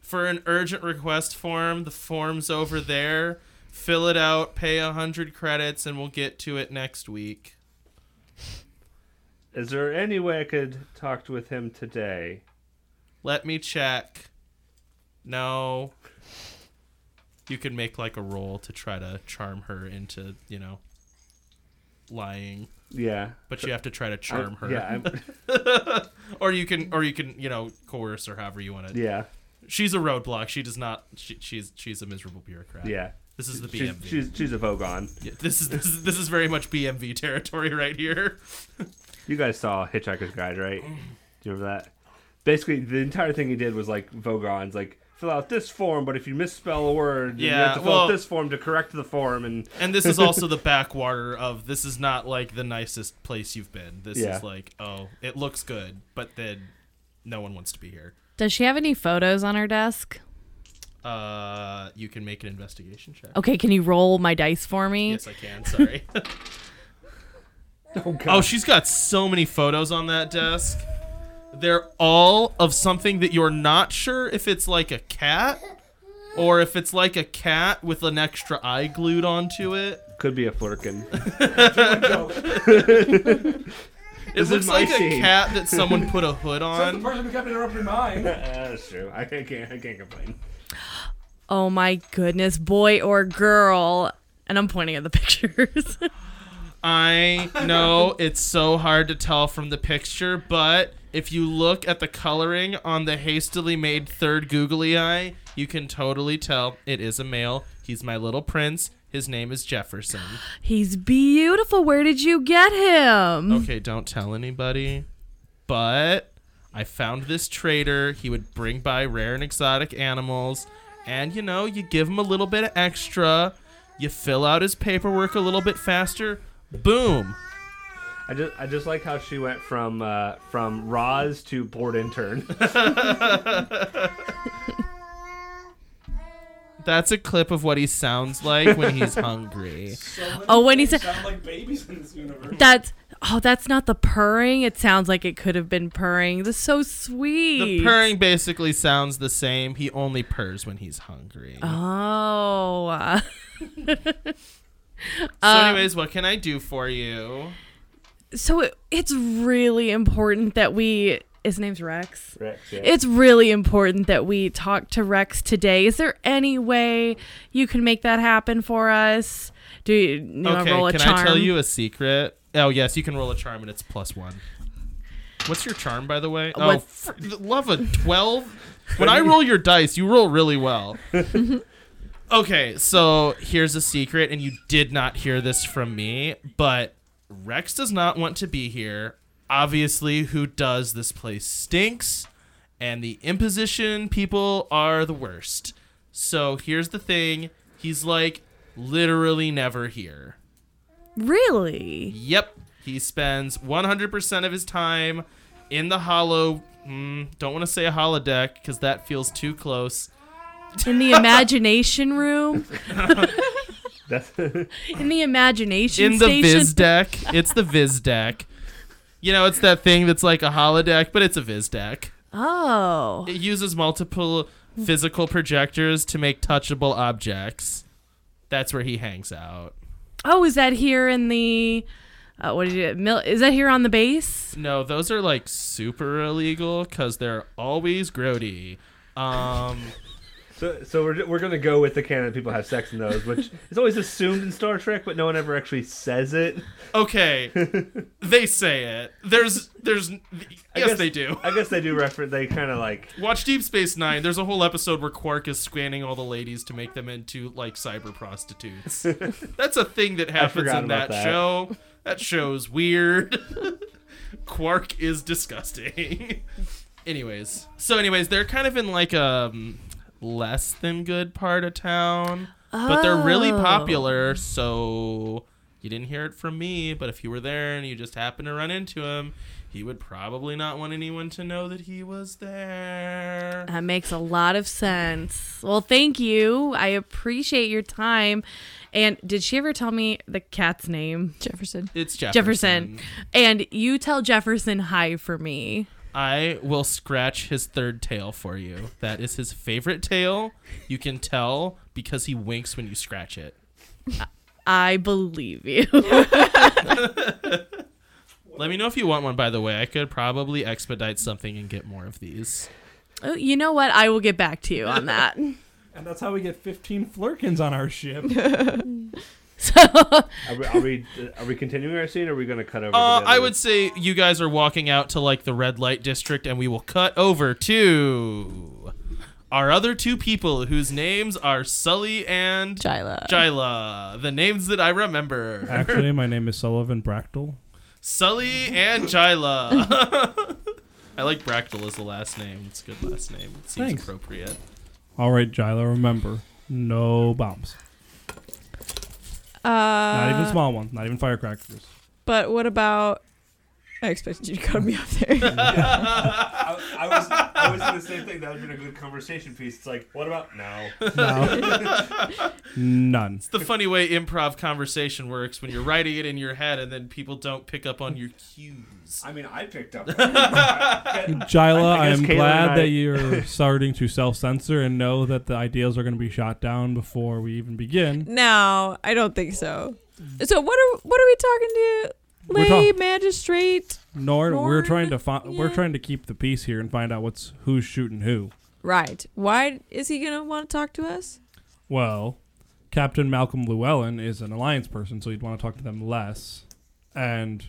Speaker 1: For an urgent request form, the form's over there. Fill it out, pay 100 credits, and we'll get to it next week.
Speaker 2: Is there any way I could talk with him today?
Speaker 1: Let me check. No. You could make like a roll to try to charm her into, you know, lying,
Speaker 2: Yeah.
Speaker 1: but you have to try to charm her.
Speaker 2: I- Uh, Yeah. I'm,
Speaker 1: Or you can or you can, you know, coerce or however you want to.
Speaker 2: yeah.
Speaker 1: She's a roadblock. She does not she, she's she's a miserable bureaucrat.
Speaker 2: Yeah.
Speaker 1: This is the
Speaker 2: She's,
Speaker 1: BMV.
Speaker 2: she's she's a Vogon.
Speaker 1: Yeah, this is this is this is very much BMV territory right here.
Speaker 2: You guys saw Hitchhiker's Guide, right?
Speaker 1: Mm.
Speaker 2: Do you remember that? Basically, the entire thing he did was like Vogon's like fill out this form, but if you misspell a word, you
Speaker 1: Yeah,
Speaker 2: have to fill
Speaker 1: well-
Speaker 2: out this form to correct the form. And
Speaker 1: And this is also the backwater of this is not like the nicest place you've been. This
Speaker 2: Yeah.
Speaker 1: is like, oh, it looks good, but then no one wants to be here.
Speaker 5: Does she have any photos on her desk?
Speaker 1: Uh, you can make an investigation check.
Speaker 5: Okay, can you roll my dice for me?
Speaker 1: Yes, I can. Sorry.
Speaker 2: oh god,
Speaker 1: oh, she's got so many photos on that desk. They're all of something that you're not sure if it's like a cat or if it's like a cat with an extra eye glued onto it.
Speaker 2: could be a flirkin.
Speaker 1: It
Speaker 2: is
Speaker 1: looks
Speaker 2: my
Speaker 1: like a
Speaker 2: scene.
Speaker 1: cat that someone put a hood on.
Speaker 4: person who kept interrupting mine.
Speaker 2: That's true. I can't, I can't complain.
Speaker 5: Oh my goodness, boy or girl. And I'm pointing at the pictures.
Speaker 1: I know it's so hard to tell from the picture, but if you look at the coloring on the hastily made third googly eye, you can totally tell it is a male. He's my little prince. His name is Jefferson.
Speaker 5: He's beautiful. Where did you get him?
Speaker 1: Okay, don't tell anybody, but I found this trader. He would bring by rare and exotic animals. And, you know, you give him a little bit of extra. You fill out his paperwork a little bit faster. Boom.
Speaker 2: I just I just like how she went from uh, from Roz to board intern.
Speaker 1: That's a clip of what he sounds like when he's hungry.
Speaker 5: Oh, when he said
Speaker 6: sound like babies in this universe.
Speaker 5: that's oh, that's not the purring. It sounds like it could have been purring. That's so sweet.
Speaker 1: The purring basically sounds the same. He only purrs when he's hungry.
Speaker 5: Oh. uh,
Speaker 1: so, anyways, what can I do for you?
Speaker 5: So it, it's really important that we. His name's Rex.
Speaker 2: Rex, yeah.
Speaker 5: It's really important that we talk to Rex today. Is there any way you can make that happen for us? Do you, you know,
Speaker 1: okay,
Speaker 5: roll a
Speaker 1: can
Speaker 5: charm?
Speaker 1: I tell you a secret? Oh yes, you can roll a charm and it's plus one. What's your charm, by the way? Oh,
Speaker 5: What-
Speaker 1: fr- love a twelve. when I roll your dice, you roll really well. okay, so here's a secret, and you did not hear this from me, but Rex does not want to be here. Obviously, who does? This place stinks, and the imposition people are the worst. So here's the thing: he's like literally never here.
Speaker 5: really?
Speaker 1: Yep. He spends 100% of his time in the hollow. Mm, don't want to say a holodeck because that feels too close.
Speaker 5: In the imagination room?
Speaker 2: That's
Speaker 5: In the imagination
Speaker 1: In the
Speaker 5: station?
Speaker 1: Viz deck. It's the Viz deck. You know, it's that thing that's like a holodeck, but it's a Viz deck.
Speaker 5: oh.
Speaker 1: It uses multiple physical projectors to make touchable objects. That's where he hangs out.
Speaker 5: Oh, is that here in the uh, what did it? Mil- is that here on the base?
Speaker 1: No, those are like super illegal because they're always grody. Um.
Speaker 2: so. So we're, we're gonna go with the canon that people have sex in those, which is always assumed in Star Trek, but no one ever actually says it.
Speaker 1: Okay, they say it. There's, there's, yes,
Speaker 2: I guess-
Speaker 1: they do.
Speaker 2: I guess they do reference. They kind of like
Speaker 1: Watch Deep Space Nine. There's a whole episode where Quark is scanning all the ladies to make them into like cyber prostitutes. That's a thing that happens in
Speaker 2: forgot about
Speaker 1: that,
Speaker 2: that.
Speaker 1: show. That show's weird. Quark is disgusting. anyways, so anyways, they're kind of in like a um, less than good part of town, but they're really
Speaker 5: Oh.
Speaker 1: popular. So you didn't hear it from me, but if you were there and you just happened to run into him, he would probably not want anyone to know that he was there.
Speaker 5: That makes a lot of sense. Well, thank you. I appreciate your time. And did she ever tell me the cat's name?
Speaker 3: Jefferson.
Speaker 1: It's
Speaker 5: Jefferson.
Speaker 1: Jefferson.
Speaker 5: And you tell Jefferson hi for me.
Speaker 1: I will scratch his third tail for you. That is his favorite tail. You can tell because he winks when you scratch it.
Speaker 5: I believe you.
Speaker 1: Let me know if you want one, by the way. I could probably expedite something and get more of these.
Speaker 5: Oh, you know what? I will get back to you on that.
Speaker 6: And that's how we get 15 flurkins on our ship.
Speaker 5: So,
Speaker 2: Are we, are we are we continuing our scene? Or are we going to cut over? to
Speaker 1: Uh,
Speaker 2: the
Speaker 1: I
Speaker 2: other-
Speaker 1: would say you guys are walking out to like the red light district, and we will cut over to our other two people whose names are Sully and
Speaker 3: Jyla.
Speaker 1: Jyla. The names that I remember
Speaker 4: Actually, my name is Sullivan Bractel.
Speaker 1: Sully and Jyla. I like Bractal as the last name. It's a good last name. It seems
Speaker 4: Thanks.
Speaker 1: appropriate.
Speaker 4: All right, Jyla, remember, no bombs.
Speaker 3: Uh,
Speaker 4: Not even small ones. Not even firecrackers.
Speaker 3: But what about? I expected you to cut me off there.
Speaker 2: I, I was I was in the same thing. That would have been a good conversation piece. It's like, what about now?
Speaker 4: No. None.
Speaker 1: It's the funny way improv conversation works when you're writing it in your head and then people don't pick up on your cues.
Speaker 6: I mean, I picked up.
Speaker 4: Jyla, I
Speaker 2: I guess
Speaker 4: am
Speaker 2: Kayla and I-
Speaker 4: glad that you're starting to self censor and know that the ideas are going to be shot down before we even begin.
Speaker 3: no, I don't think so. So what are what are we talking to?
Speaker 4: We're
Speaker 3: Lay
Speaker 4: talk-
Speaker 3: magistrate.
Speaker 4: Nor we're
Speaker 3: Nor-
Speaker 4: trying to fi- we're
Speaker 3: yeah.
Speaker 4: trying to keep the peace here and find out what's who's shooting who.
Speaker 3: Right. Why is he gonna want to talk to us?
Speaker 4: Well, Captain Malcolm Llewellyn is an alliance person, so you'd want to talk to them less. And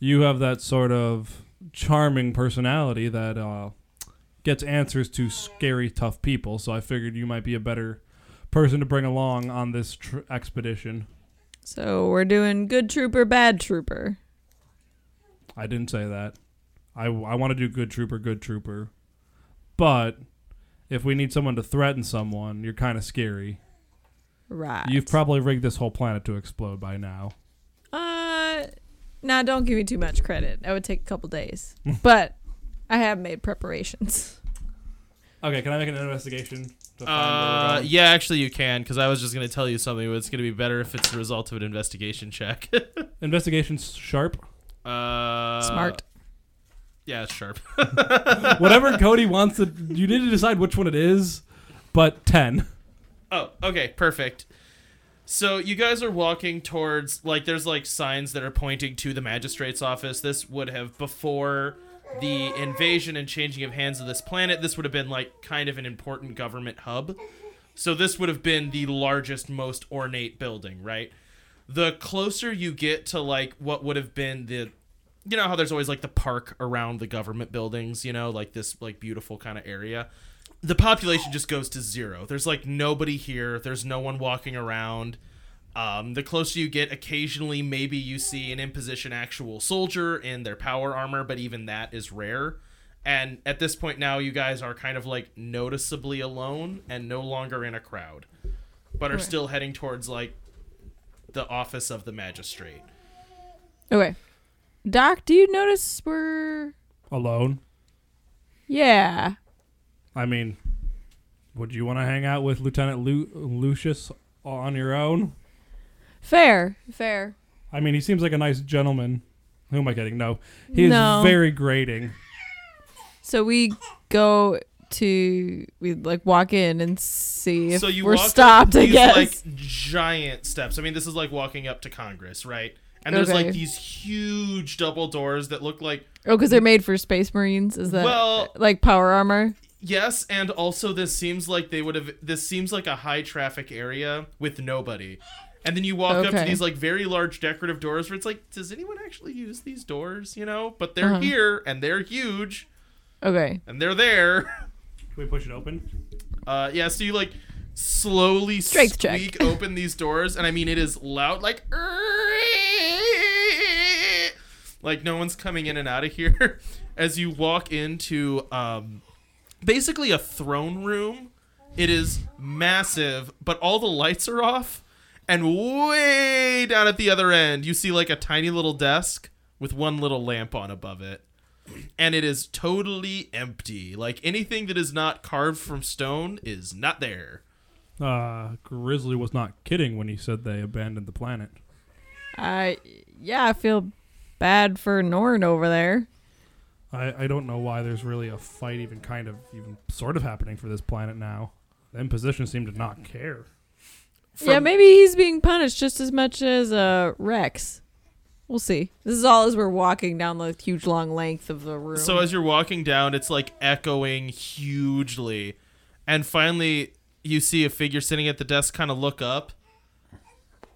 Speaker 4: you have that sort of charming personality that uh, gets answers to scary, tough people. So I figured you might be a better person to bring along on this tr- expedition.
Speaker 3: So we're doing good trooper, bad trooper.
Speaker 4: I didn't say that. I, I want to do good trooper, good trooper. But if we need someone to threaten someone, you're kind of scary.
Speaker 3: Right.
Speaker 4: You've probably rigged this whole planet to explode by now.
Speaker 3: Uh, nah, don't give me too much credit. That would take a couple days. but I have made preparations.
Speaker 4: Okay, can I make an investigation? To
Speaker 1: Uh, yeah, actually, you can because I was just gonna tell you something, but it's gonna be better if it's the result of an investigation check.
Speaker 4: Investigation's sharp.
Speaker 1: uh,
Speaker 3: Smart.
Speaker 1: Yeah, it's sharp.
Speaker 4: Whatever Cody wants to, you need to decide which one it is. But ten.
Speaker 1: Oh, okay, perfect. So you guys are walking towards like there's like signs that are pointing to the magistrate's office. This would have before the invasion and changing of hands of this planet. This would have been like kind of an important government hub. So this would have been the largest most ornate building, right? The closer you get to like what would have been the you know how there's always like the park around the government buildings, you know, like this like beautiful kind of area the population just goes to zero. There's like nobody here. There's no one walking around. Um, the closer you get, occasionally maybe you see an imposition actual soldier in their power armor, but even that is rare. And at this point now, you guys are kind of like noticeably alone and no longer in a crowd, but are
Speaker 3: Right.
Speaker 1: still heading towards like the office of the magistrate.
Speaker 3: Okay. Doc, do you notice we're.
Speaker 4: Alone.
Speaker 3: Yeah.
Speaker 4: I mean, would you want to hang out with Lieutenant Lu- Lucius on your own?
Speaker 3: Fair. Fair.
Speaker 4: I mean, he seems like a nice gentleman. Who am I kidding? No, he is
Speaker 3: No.
Speaker 4: very grating.
Speaker 3: So we go to. We like walk in and see if
Speaker 1: so you
Speaker 3: we're
Speaker 1: walk up
Speaker 3: stopped, I
Speaker 1: these,
Speaker 3: guess.
Speaker 1: like giant steps. I mean, this is like walking up to Congress, right? And there's
Speaker 3: Okay.
Speaker 1: like these huge double doors that look like
Speaker 3: oh, because they're made for Space Marines? Is that.
Speaker 1: Well-
Speaker 3: like power armor?
Speaker 1: yes, and also this seems like they would have this seems like a high traffic area with nobody. And then you walk up
Speaker 3: Okay.
Speaker 1: to these like very large decorative doors where it's like, does anyone actually use these doors? You know, but they're
Speaker 3: Uh-huh.
Speaker 1: here and they're huge
Speaker 3: Okay.
Speaker 1: and they're there.
Speaker 4: Can we push it open?
Speaker 1: Uh, yeah, so you like slowly
Speaker 3: Strength check.
Speaker 1: squeak open these doors, and I mean it is loud, like like no one's coming in and out of here. As you walk into um, basically a throne room, it is massive, but all the lights are off. And way down at the other end, you see like a tiny little desk with one little lamp on above it and it is totally empty. Like anything that is not carved from stone is not there.
Speaker 4: Uh, Grizzly was not kidding when he said they abandoned the planet.
Speaker 3: I. Yeah, I feel bad for Norn over there.
Speaker 4: I, I don't know why there's really a fight even kind of even sort of happening for this planet now. The imposition seem to not care.
Speaker 3: yeah,
Speaker 1: From-
Speaker 3: maybe he's being punished just as much as uh, Rex. We'll see. This is all as we're walking down the huge long length of the room.
Speaker 1: So as you're walking down, it's like echoing hugely. And finally, you see a figure sitting at the desk kind of look up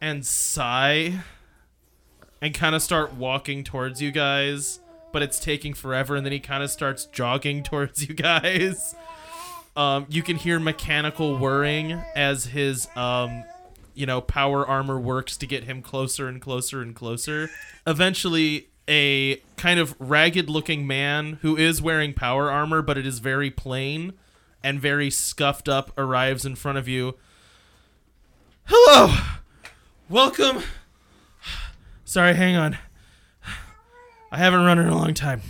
Speaker 1: and sigh and kind of start walking towards you guys, but it's taking forever. And then he kind of starts jogging towards you guys. Um, you can hear mechanical whirring as his, um, you know, power armor works to get him closer and closer and closer. Eventually, a kind of ragged looking man who is wearing power armor, but it is very plain and very scuffed up, arrives in front of you. Hello! Welcome! Sorry, hang on. I haven't run in a long time.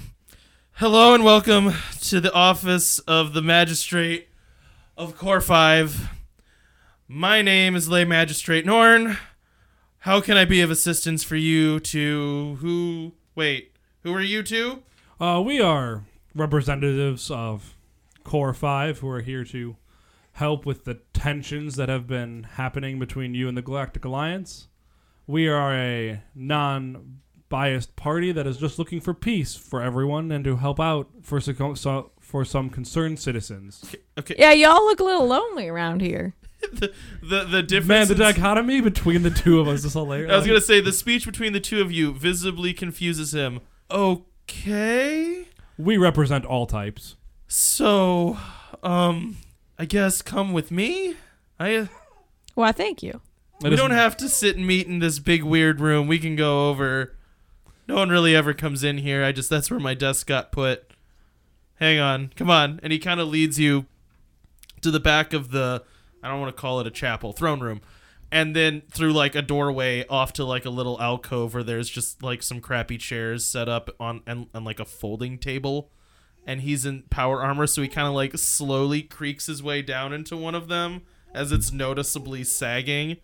Speaker 1: Hello and welcome to the office of the magistrate of Core 5. My name is Lay Magistrate Norn. How can I be of assistance for you to who? Wait, who are you to?
Speaker 4: Uh, we are representatives of Core 5 who are here to help with the tensions that have been happening between you and the Galactic Alliance. We are a non biased party that is just looking for peace for everyone and to help out for, so- so- for some concerned citizens.
Speaker 1: Okay,
Speaker 3: yeah, y'all look a little lonely around here.
Speaker 1: the the
Speaker 4: Man,
Speaker 1: difference.
Speaker 4: the dichotomy between the two of us is hilarious.
Speaker 1: I was gonna say the speech between the two of you visibly confuses him. Okay,
Speaker 4: we represent all types.
Speaker 1: so, um, I guess come with me. I
Speaker 3: Why, thank you.
Speaker 1: we
Speaker 4: It
Speaker 1: don't
Speaker 4: isn't-
Speaker 1: have to sit and meet in this big weird room. We can go over. No one really ever comes in here. I just that's where my desk got put. Hang on, come on." And he kind of leads you to the back of the I don't want to call it a chapel throne room, and then through like a doorway off to like a little alcove where there's just like some crappy chairs set up on and, and like a folding table, and he's in power armor, so he kind of like slowly creaks his way down into one of them as it's noticeably sagging.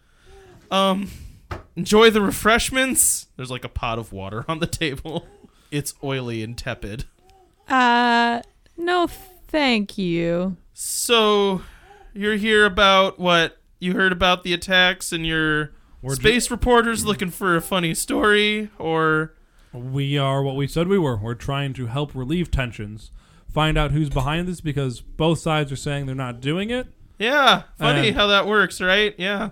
Speaker 1: Um, enjoy the refreshments. There's like a pot of water on the table. It's oily and tepid.
Speaker 3: Uh, no, thank you.
Speaker 1: So, you're here about what you heard about the attacks, and your
Speaker 4: We're
Speaker 1: space reporters looking for a funny story, or
Speaker 4: We are what we said we were. We're trying to help relieve tensions, find out who's behind this because both sides are saying they're not doing it.
Speaker 1: yeah, funny
Speaker 4: Um,
Speaker 1: how that works, right? Yeah,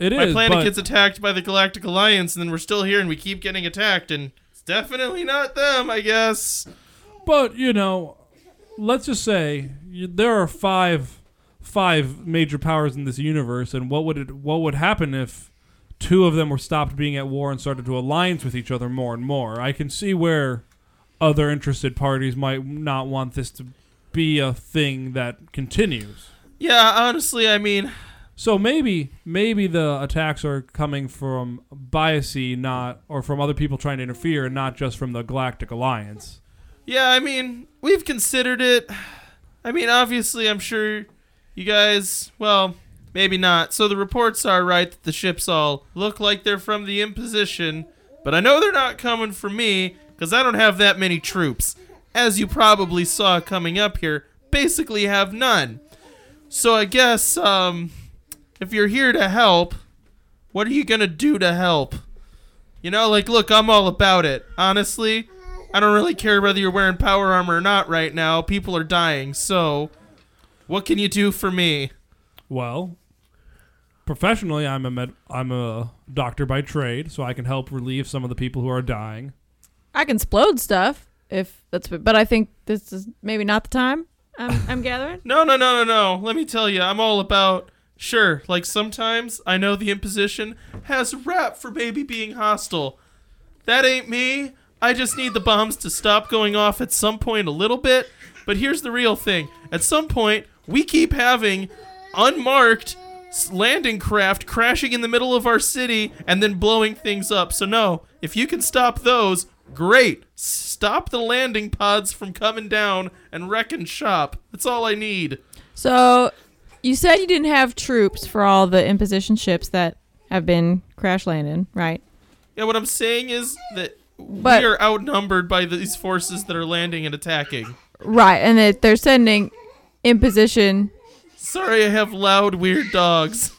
Speaker 4: It is.
Speaker 1: my planet
Speaker 4: but
Speaker 1: gets attacked by the Galactic Alliance, and then we're still here, and we keep getting attacked, and it's definitely not them, I guess.
Speaker 4: But you know, let's just say y- there are five five major powers in this universe, and what would it what would happen if two of them were stopped being at war and started to alliance with each other more and more? I can see where other interested parties might not want this to be a thing that continues.
Speaker 1: Yeah, honestly, I mean,
Speaker 4: So maybe maybe the attacks are coming from biasy, not or from other people trying to interfere, and not just from the Galactic Alliance.
Speaker 1: Yeah, I mean, we've considered it. I mean, obviously, I'm sure you guys, well, maybe not. So the reports are right that the ships all look like they're from the imposition, but I know they're not coming for me because I don't have that many troops. As you probably saw coming up here, basically have none. So I guess, um, if you're here to help, what are you gonna do to help? You know, like, look, I'm all about it. Honestly, I don't really care whether you're wearing power armor or not right now. People are dying, so what can you do for me?
Speaker 4: Well, professionally, I'm a med- I'm a doctor by trade, so I can help relieve some of the people who are dying.
Speaker 3: I can explode stuff if that's, but I think this is maybe not the time. I'm, I'm gathering.
Speaker 1: No, no, no, no, no. Let me tell you, I'm all about. Sure, like sometimes I know the imposition has a rap for maybe being hostile. That ain't me. I just need the bombs to stop going off at some point a little bit. But here's the real thing at some point, we keep having unmarked s- landing craft crashing in the middle of our city and then blowing things up. So, no, if you can stop those, great. Stop the landing pods from coming down and wrecking shop. That's all I need.
Speaker 3: So, you said you didn't have troops for all the imposition ships that have been crash landed, right?
Speaker 1: Yeah, what I'm saying is that
Speaker 3: But-
Speaker 1: we are outnumbered by these forces that are landing and attacking.
Speaker 3: Right, and that they're sending imposition.
Speaker 1: Sorry, I have loud, weird dogs.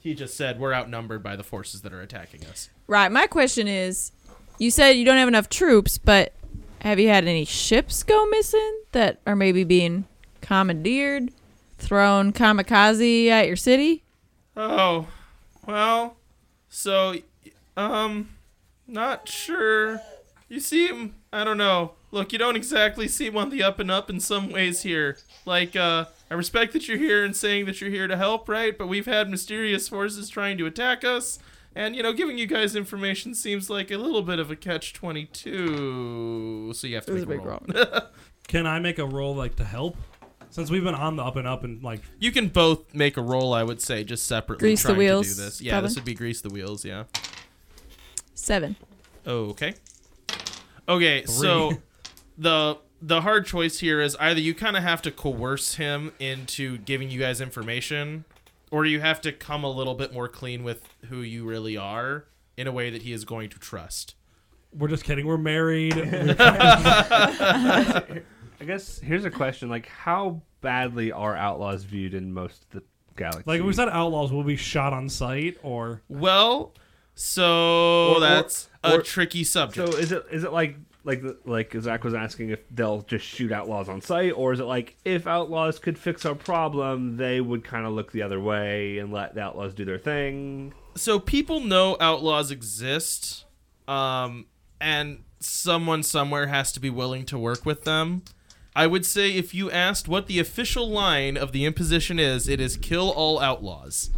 Speaker 1: he just said we're outnumbered by the forces that are attacking us.
Speaker 3: Right. My question is, you said you don't have enough troops, but have you had any ships go missing that are maybe being commandeered, thrown kamikaze at your city?
Speaker 1: Oh, well, so, um, not sure. You seem, I don't know. Look, you don't exactly seem on the up and up in some ways here. Like, uh, I respect that you're here and saying that you're here to help, right? But we've had mysterious forces trying to attack us. And, you know, giving you guys information seems like a little bit of a catch 22. So you have to make a roll.
Speaker 4: Can I make a roll like to help? Since we've been on the up and up and like
Speaker 1: You can both make a roll, I would say, just separately.
Speaker 3: Grease the
Speaker 1: trying to do
Speaker 3: wheels,
Speaker 1: this. Yeah, this
Speaker 3: probably.
Speaker 1: would be grease the wheels, yeah.
Speaker 3: Seven.
Speaker 1: Okay. Okay, so the the hard choice here is either you kind of have to coerce him into giving you guys information or you have to come a little bit more clean with who you really are in a way that he is going to trust.
Speaker 4: we're just kidding. We're married.
Speaker 2: I guess here's a question: like, how badly are outlaws viewed in most of the galaxy?
Speaker 4: like we said, outlaws will be shot on sight or
Speaker 1: Well, so
Speaker 2: Or- or-
Speaker 1: that's a
Speaker 2: or-
Speaker 1: tricky
Speaker 2: so
Speaker 1: subject.
Speaker 2: is it is it like like the- like Zach was asking if they'll just shoot outlaws on sight, or is it like if outlaws could fix our problem, they would kind of look the other way and let the outlaws do their thing?
Speaker 1: so people know outlaws exist um and someone somewhere has to be willing to work with them i would say if you asked what the official line of the imposition is it is kill all outlaws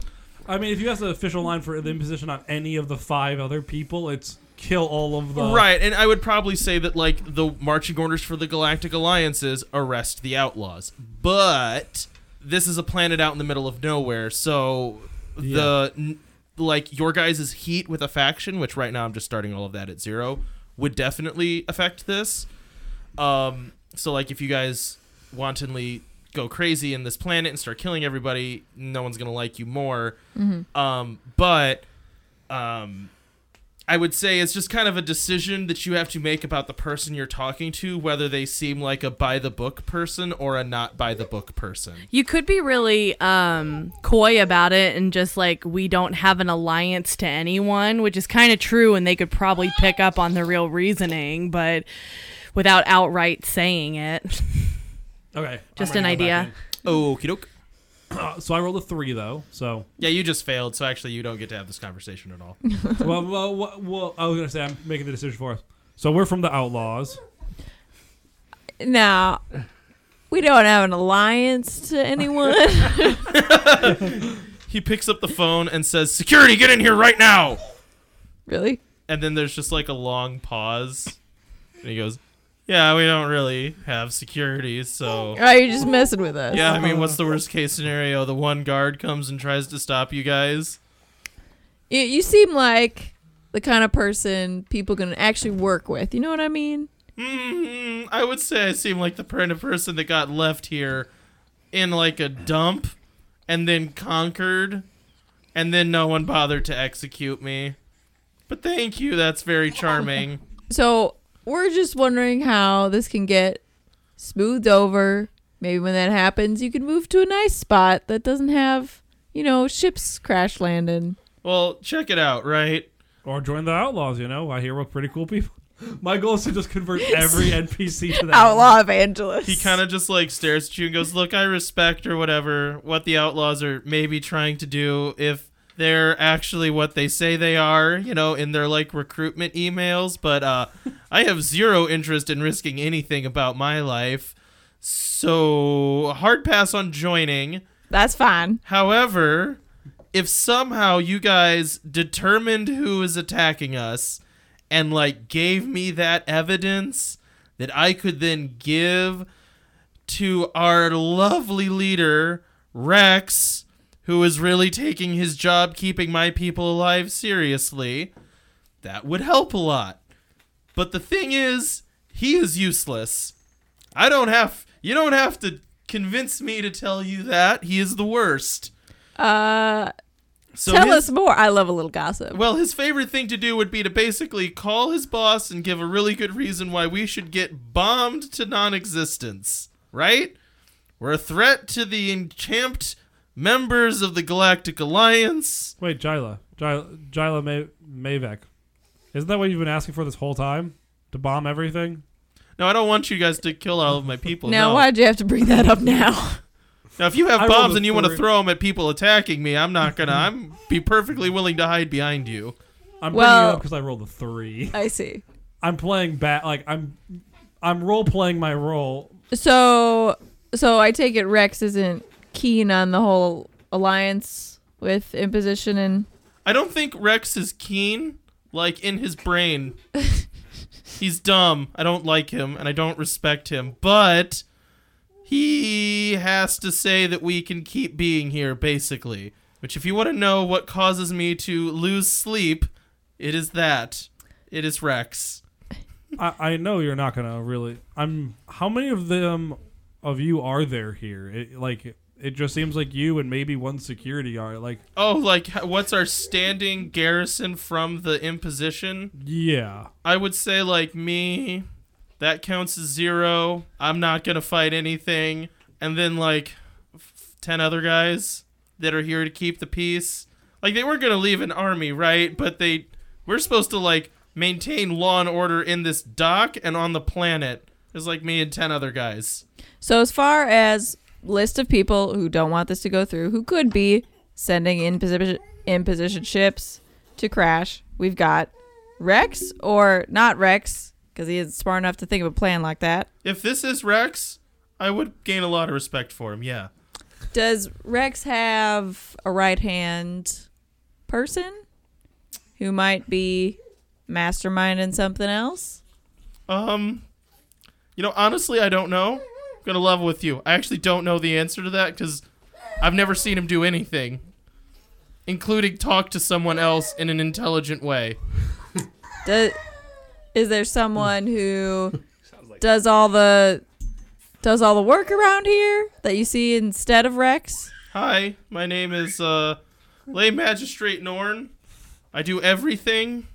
Speaker 4: I mean, if you ask the official line for the imposition on any of the five other people, it's kill all of the
Speaker 1: Right, and I would probably say that like the marching orders for the Galactic Alliance is arrest the outlaws. But this is a planet out in the middle of nowhere, so the n- like your guys' heat with a faction, which right now I'm just starting all of that at zero, would definitely affect this. Um, so like if you guys wantonly go crazy in this planet and start killing everybody, no one's gonna like you more. Um, but um, I would say it's just kind of a decision that you have to make about the person you're talking to, whether they seem like a by the book person or a not by the book person.
Speaker 5: You could be really um, coy about it and just like, we don't have an alliance to anyone, which is kind of true, and they could probably pick up on the real reasoning, but without outright saying it.
Speaker 4: Okay.
Speaker 5: Just
Speaker 4: I'm
Speaker 5: an
Speaker 4: gonna go back
Speaker 5: idea.
Speaker 1: Okie doke.
Speaker 4: in. Uh, so I rolled a three though. So
Speaker 1: Yeah, you just failed, so actually you don't get to have this conversation at all.
Speaker 4: well, well, well, well, I was gonna say I'm making the decision for us. So we're from the Outlaws.
Speaker 3: Now, we don't have an alliance to anyone.
Speaker 1: He picks up the phone and says, "Security, get in here right now!"
Speaker 3: really?
Speaker 1: And then there's just like a long pause, and he goes, "Yeah, we don't really have security, so."
Speaker 3: Are you Oh, just messing with us?
Speaker 1: Yeah, I mean, what's the worst case scenario? The one guard comes and tries to stop you guys.
Speaker 3: You, you seem like the kind of person people can actually work with. You know what I mean?
Speaker 1: Mm, I would say I seem like the kind of person that got left here in like a dump and then conquered and then no one bothered to execute me. But thank you, that's very charming.
Speaker 3: So we're just wondering how this can get smoothed over. Maybe when that happens, you can move to a nice spot that doesn't have, you know, ships crash landing.
Speaker 1: well, check it out, right?
Speaker 4: Or join the Outlaws, you know. I hear we're pretty cool people. My goal is to just convert every NPC to the
Speaker 3: Outlaw evangelist.
Speaker 1: Um, He kind of just like stares at you and goes, Look, I respect or whatever what the outlaws are maybe trying to do if they're actually what they say they are, you know, in their like recruitment emails. But uh, I have zero interest in risking anything about my life. So, hard pass on joining.
Speaker 3: That's fine.
Speaker 1: However, if somehow you guys determined who is attacking us and like gave me that evidence that I could then give to our lovely leader, Rex, who is really taking his job keeping my people alive seriously, that would help a lot. But the thing is, he is useless. I don't have you don't have to convince me to tell you that. He is the worst.
Speaker 3: Uh,
Speaker 1: So
Speaker 3: tell
Speaker 1: his-
Speaker 3: us more. I love a little gossip.
Speaker 1: well, his favorite thing to do would be to basically call his boss and give a really good reason why we should get bombed to non existence, right? We're a threat to the encamped members of the Galactic Alliance.
Speaker 4: Wait, Jyla, Jyla, Jyla May- Mavek. Isn't that what you've been asking for this whole time? To bomb everything?
Speaker 1: No, I don't want you guys to kill all of my people.
Speaker 3: now,
Speaker 1: no.
Speaker 3: why'd you have to bring that up now?
Speaker 1: Now, if you have
Speaker 4: I rolled
Speaker 1: bombs
Speaker 4: a
Speaker 1: and you want to
Speaker 4: three.
Speaker 1: throw them at people attacking me, I'm not gonna. I'm be perfectly willing to hide behind you.
Speaker 4: I'm bringing
Speaker 3: Well-
Speaker 4: it up because I rolled a three.
Speaker 3: I see.
Speaker 4: I'm playing bat. Like I'm, I'm role playing my role.
Speaker 3: So, so I take it Rex isn't keen on the whole alliance with imposition and
Speaker 1: I don't think Rex is keen, like in his brain. He's dumb. I don't like him and I don't respect him, but he has to say that we can keep being here, basically. Which, if you want to know what causes me to lose sleep, it is that. It is Rex.
Speaker 4: I, I know you're not gonna really. I'm. How many of them of you are there here? It, like it just seems like you and maybe one security are like.
Speaker 1: Oh, like, h- what's our standing garrison from the imposition?
Speaker 4: Yeah.
Speaker 1: I would say like me, that counts as zero. I'm not gonna fight anything. And then like f- ten other guys that are here to keep the peace. Like they were gonna leave an army, right? But they we're supposed to like maintain law and order in this dock and on the planet. It's like me and ten other guys.
Speaker 3: So as far as list of people who don't want this to go through, who could be sending in position in position ships to crash, we've got Rex or not Rex because he is smart enough to think of a plan like that.
Speaker 1: If this is Rex, I would gain a lot of respect for him. Yeah.
Speaker 3: Does Rex have a right hand person who might be mastermind and something else?
Speaker 1: Um, you know, honestly, I don't know. I'm gonna level with you. I actually don't know the answer to that because I've never seen him do anything, including talk to someone else in an intelligent way.
Speaker 3: Do, is there someone who does all the does all the work around here that you see instead of Rex?
Speaker 1: Hi, my name is uh, Lay Magistrate Norn. I do everything,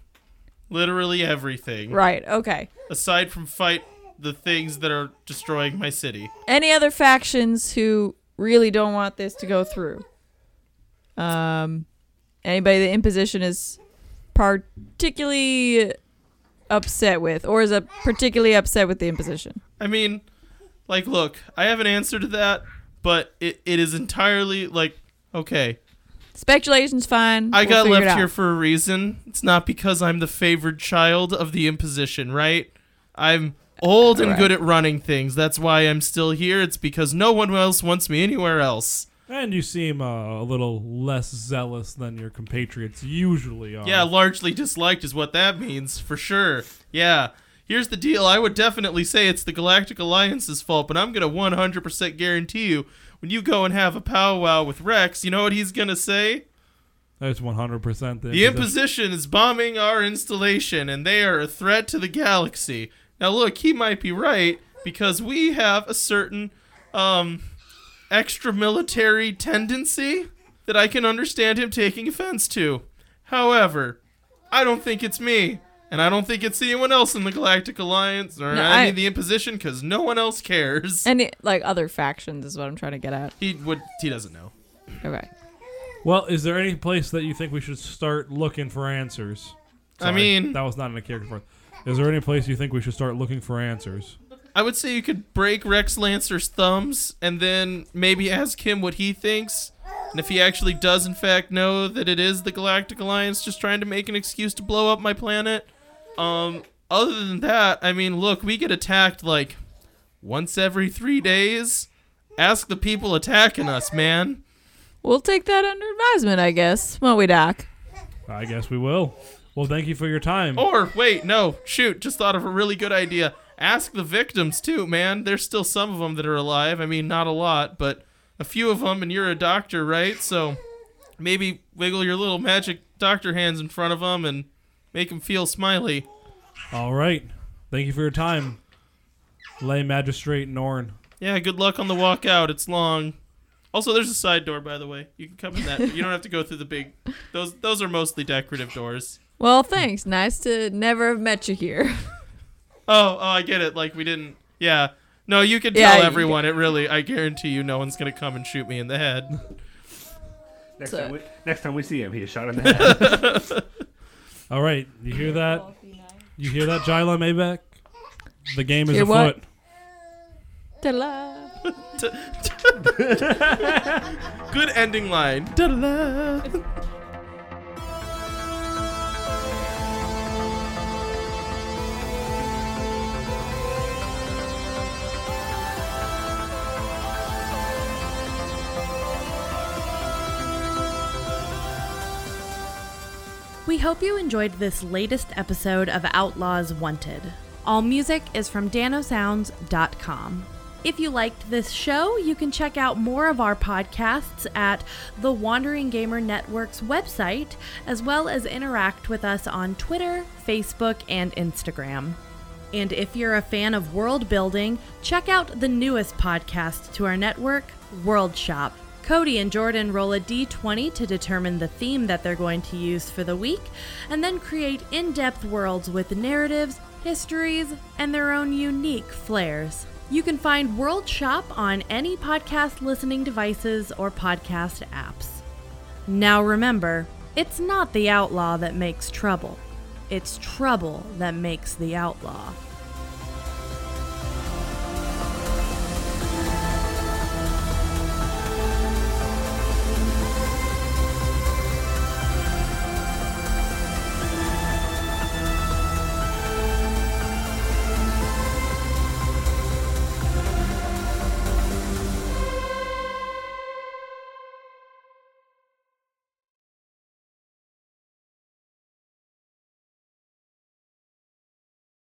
Speaker 1: literally everything,
Speaker 3: Right. Okay.
Speaker 1: aside from fight the things that are destroying my city.
Speaker 3: Any other factions who really don't want this to go through? Um, anybody the imposition is particularly upset with, or is a particularly upset with the imposition?
Speaker 1: I mean, like, look, I have an answer to that, but it, it is entirely like, okay,
Speaker 3: Speculation's fine.
Speaker 1: I
Speaker 3: We'll
Speaker 1: got
Speaker 3: figure it
Speaker 1: left
Speaker 3: out.
Speaker 1: here for a reason. It's not because I'm the favored child of the imposition, right? I'm old and
Speaker 3: Right.
Speaker 1: good at running things. That's why I'm still here. It's because no one else wants me anywhere else.
Speaker 4: And you seem uh, a little less zealous than your compatriots usually are.
Speaker 1: Yeah, largely disliked is what that means, for sure. Yeah. Here's the deal. I would definitely say it's the Galactic Alliance's fault, but I'm going to 100% guarantee you when you go and have a powwow with Rex, you know what he's going to say?
Speaker 4: that's one hundred percent.
Speaker 1: The imposition is bombing our installation, and they are a threat to the galaxy. Now, look, he might be right because we have a certain um, extra military tendency that I can understand him taking offense to. However, I don't think it's me, and I don't think it's anyone else in the Galactic Alliance or
Speaker 3: No,
Speaker 1: any
Speaker 3: I-
Speaker 1: of the imposition because no one else cares.
Speaker 3: And it, like other factions is what I'm trying to get at.
Speaker 1: he would. He doesn't know.
Speaker 3: Okay.
Speaker 4: Well, is there any place that you think we should start looking for answers?
Speaker 1: I mean-
Speaker 4: that was not in a character part. Is there any place you think we should start looking for answers?
Speaker 1: I would say you could break Rex Lancer's thumbs and then maybe ask him what he thinks. And if he actually does, in fact, know that it is the Galactic Alliance just trying to make an excuse to blow up my planet. Um, other than that, I mean, look, we get attacked like once every three days. Ask the people attacking us, man.
Speaker 3: We'll take that under advisement, I guess, won't we, Doc?
Speaker 4: I guess we will. Well, thank you for your time.
Speaker 1: Or, wait, no, shoot, just thought of a really good idea. Ask the victims, too, man. There's still some of them that are alive. I mean, not a lot, but a few of them, and you're a doctor, right? So maybe wiggle your little magic doctor hands in front of them and make them feel smiley.
Speaker 4: All right. Thank you for your time, lay magistrate Norn.
Speaker 1: Yeah, good luck on the walk out. It's long. Also, there's a side door, by the way. You can come in that. you don't have to go through the big. Those those are mostly decorative doors.
Speaker 3: Well, thanks. Nice to never have met you here.
Speaker 1: Oh, oh, I get it. Like we didn't. Yeah. No, you can
Speaker 3: Yeah,
Speaker 1: tell
Speaker 3: you
Speaker 1: everyone. It really. I guarantee you, no one's gonna come and shoot me in the head.
Speaker 2: Next,
Speaker 3: So-
Speaker 2: time we, next time we see him, he is shot in the head.
Speaker 4: All right. You hear that? You hear that, Jyla Maybeck? The game is
Speaker 3: Hear what?
Speaker 4: afoot.
Speaker 3: Ta-la.
Speaker 1: Good ending line. Da-da-da.
Speaker 5: We hope you enjoyed this latest episode of Outlaws Wanted. All music is from danosounds.com. If you liked this show, you can check out more of our podcasts at the Wandering Gamer Network's website, as well as interact with us on Twitter, Facebook, and Instagram. And if you're a fan of world building, check out the newest podcast to our network, World Shop. Cody and Jordan roll a d20 to determine the theme that they're going to use for the week, and then create in depth worlds with narratives, histories, and their own unique flares. You can find World Shop on any podcast listening devices or podcast apps. Now remember, it's not the outlaw that makes trouble, it's trouble that makes the outlaw.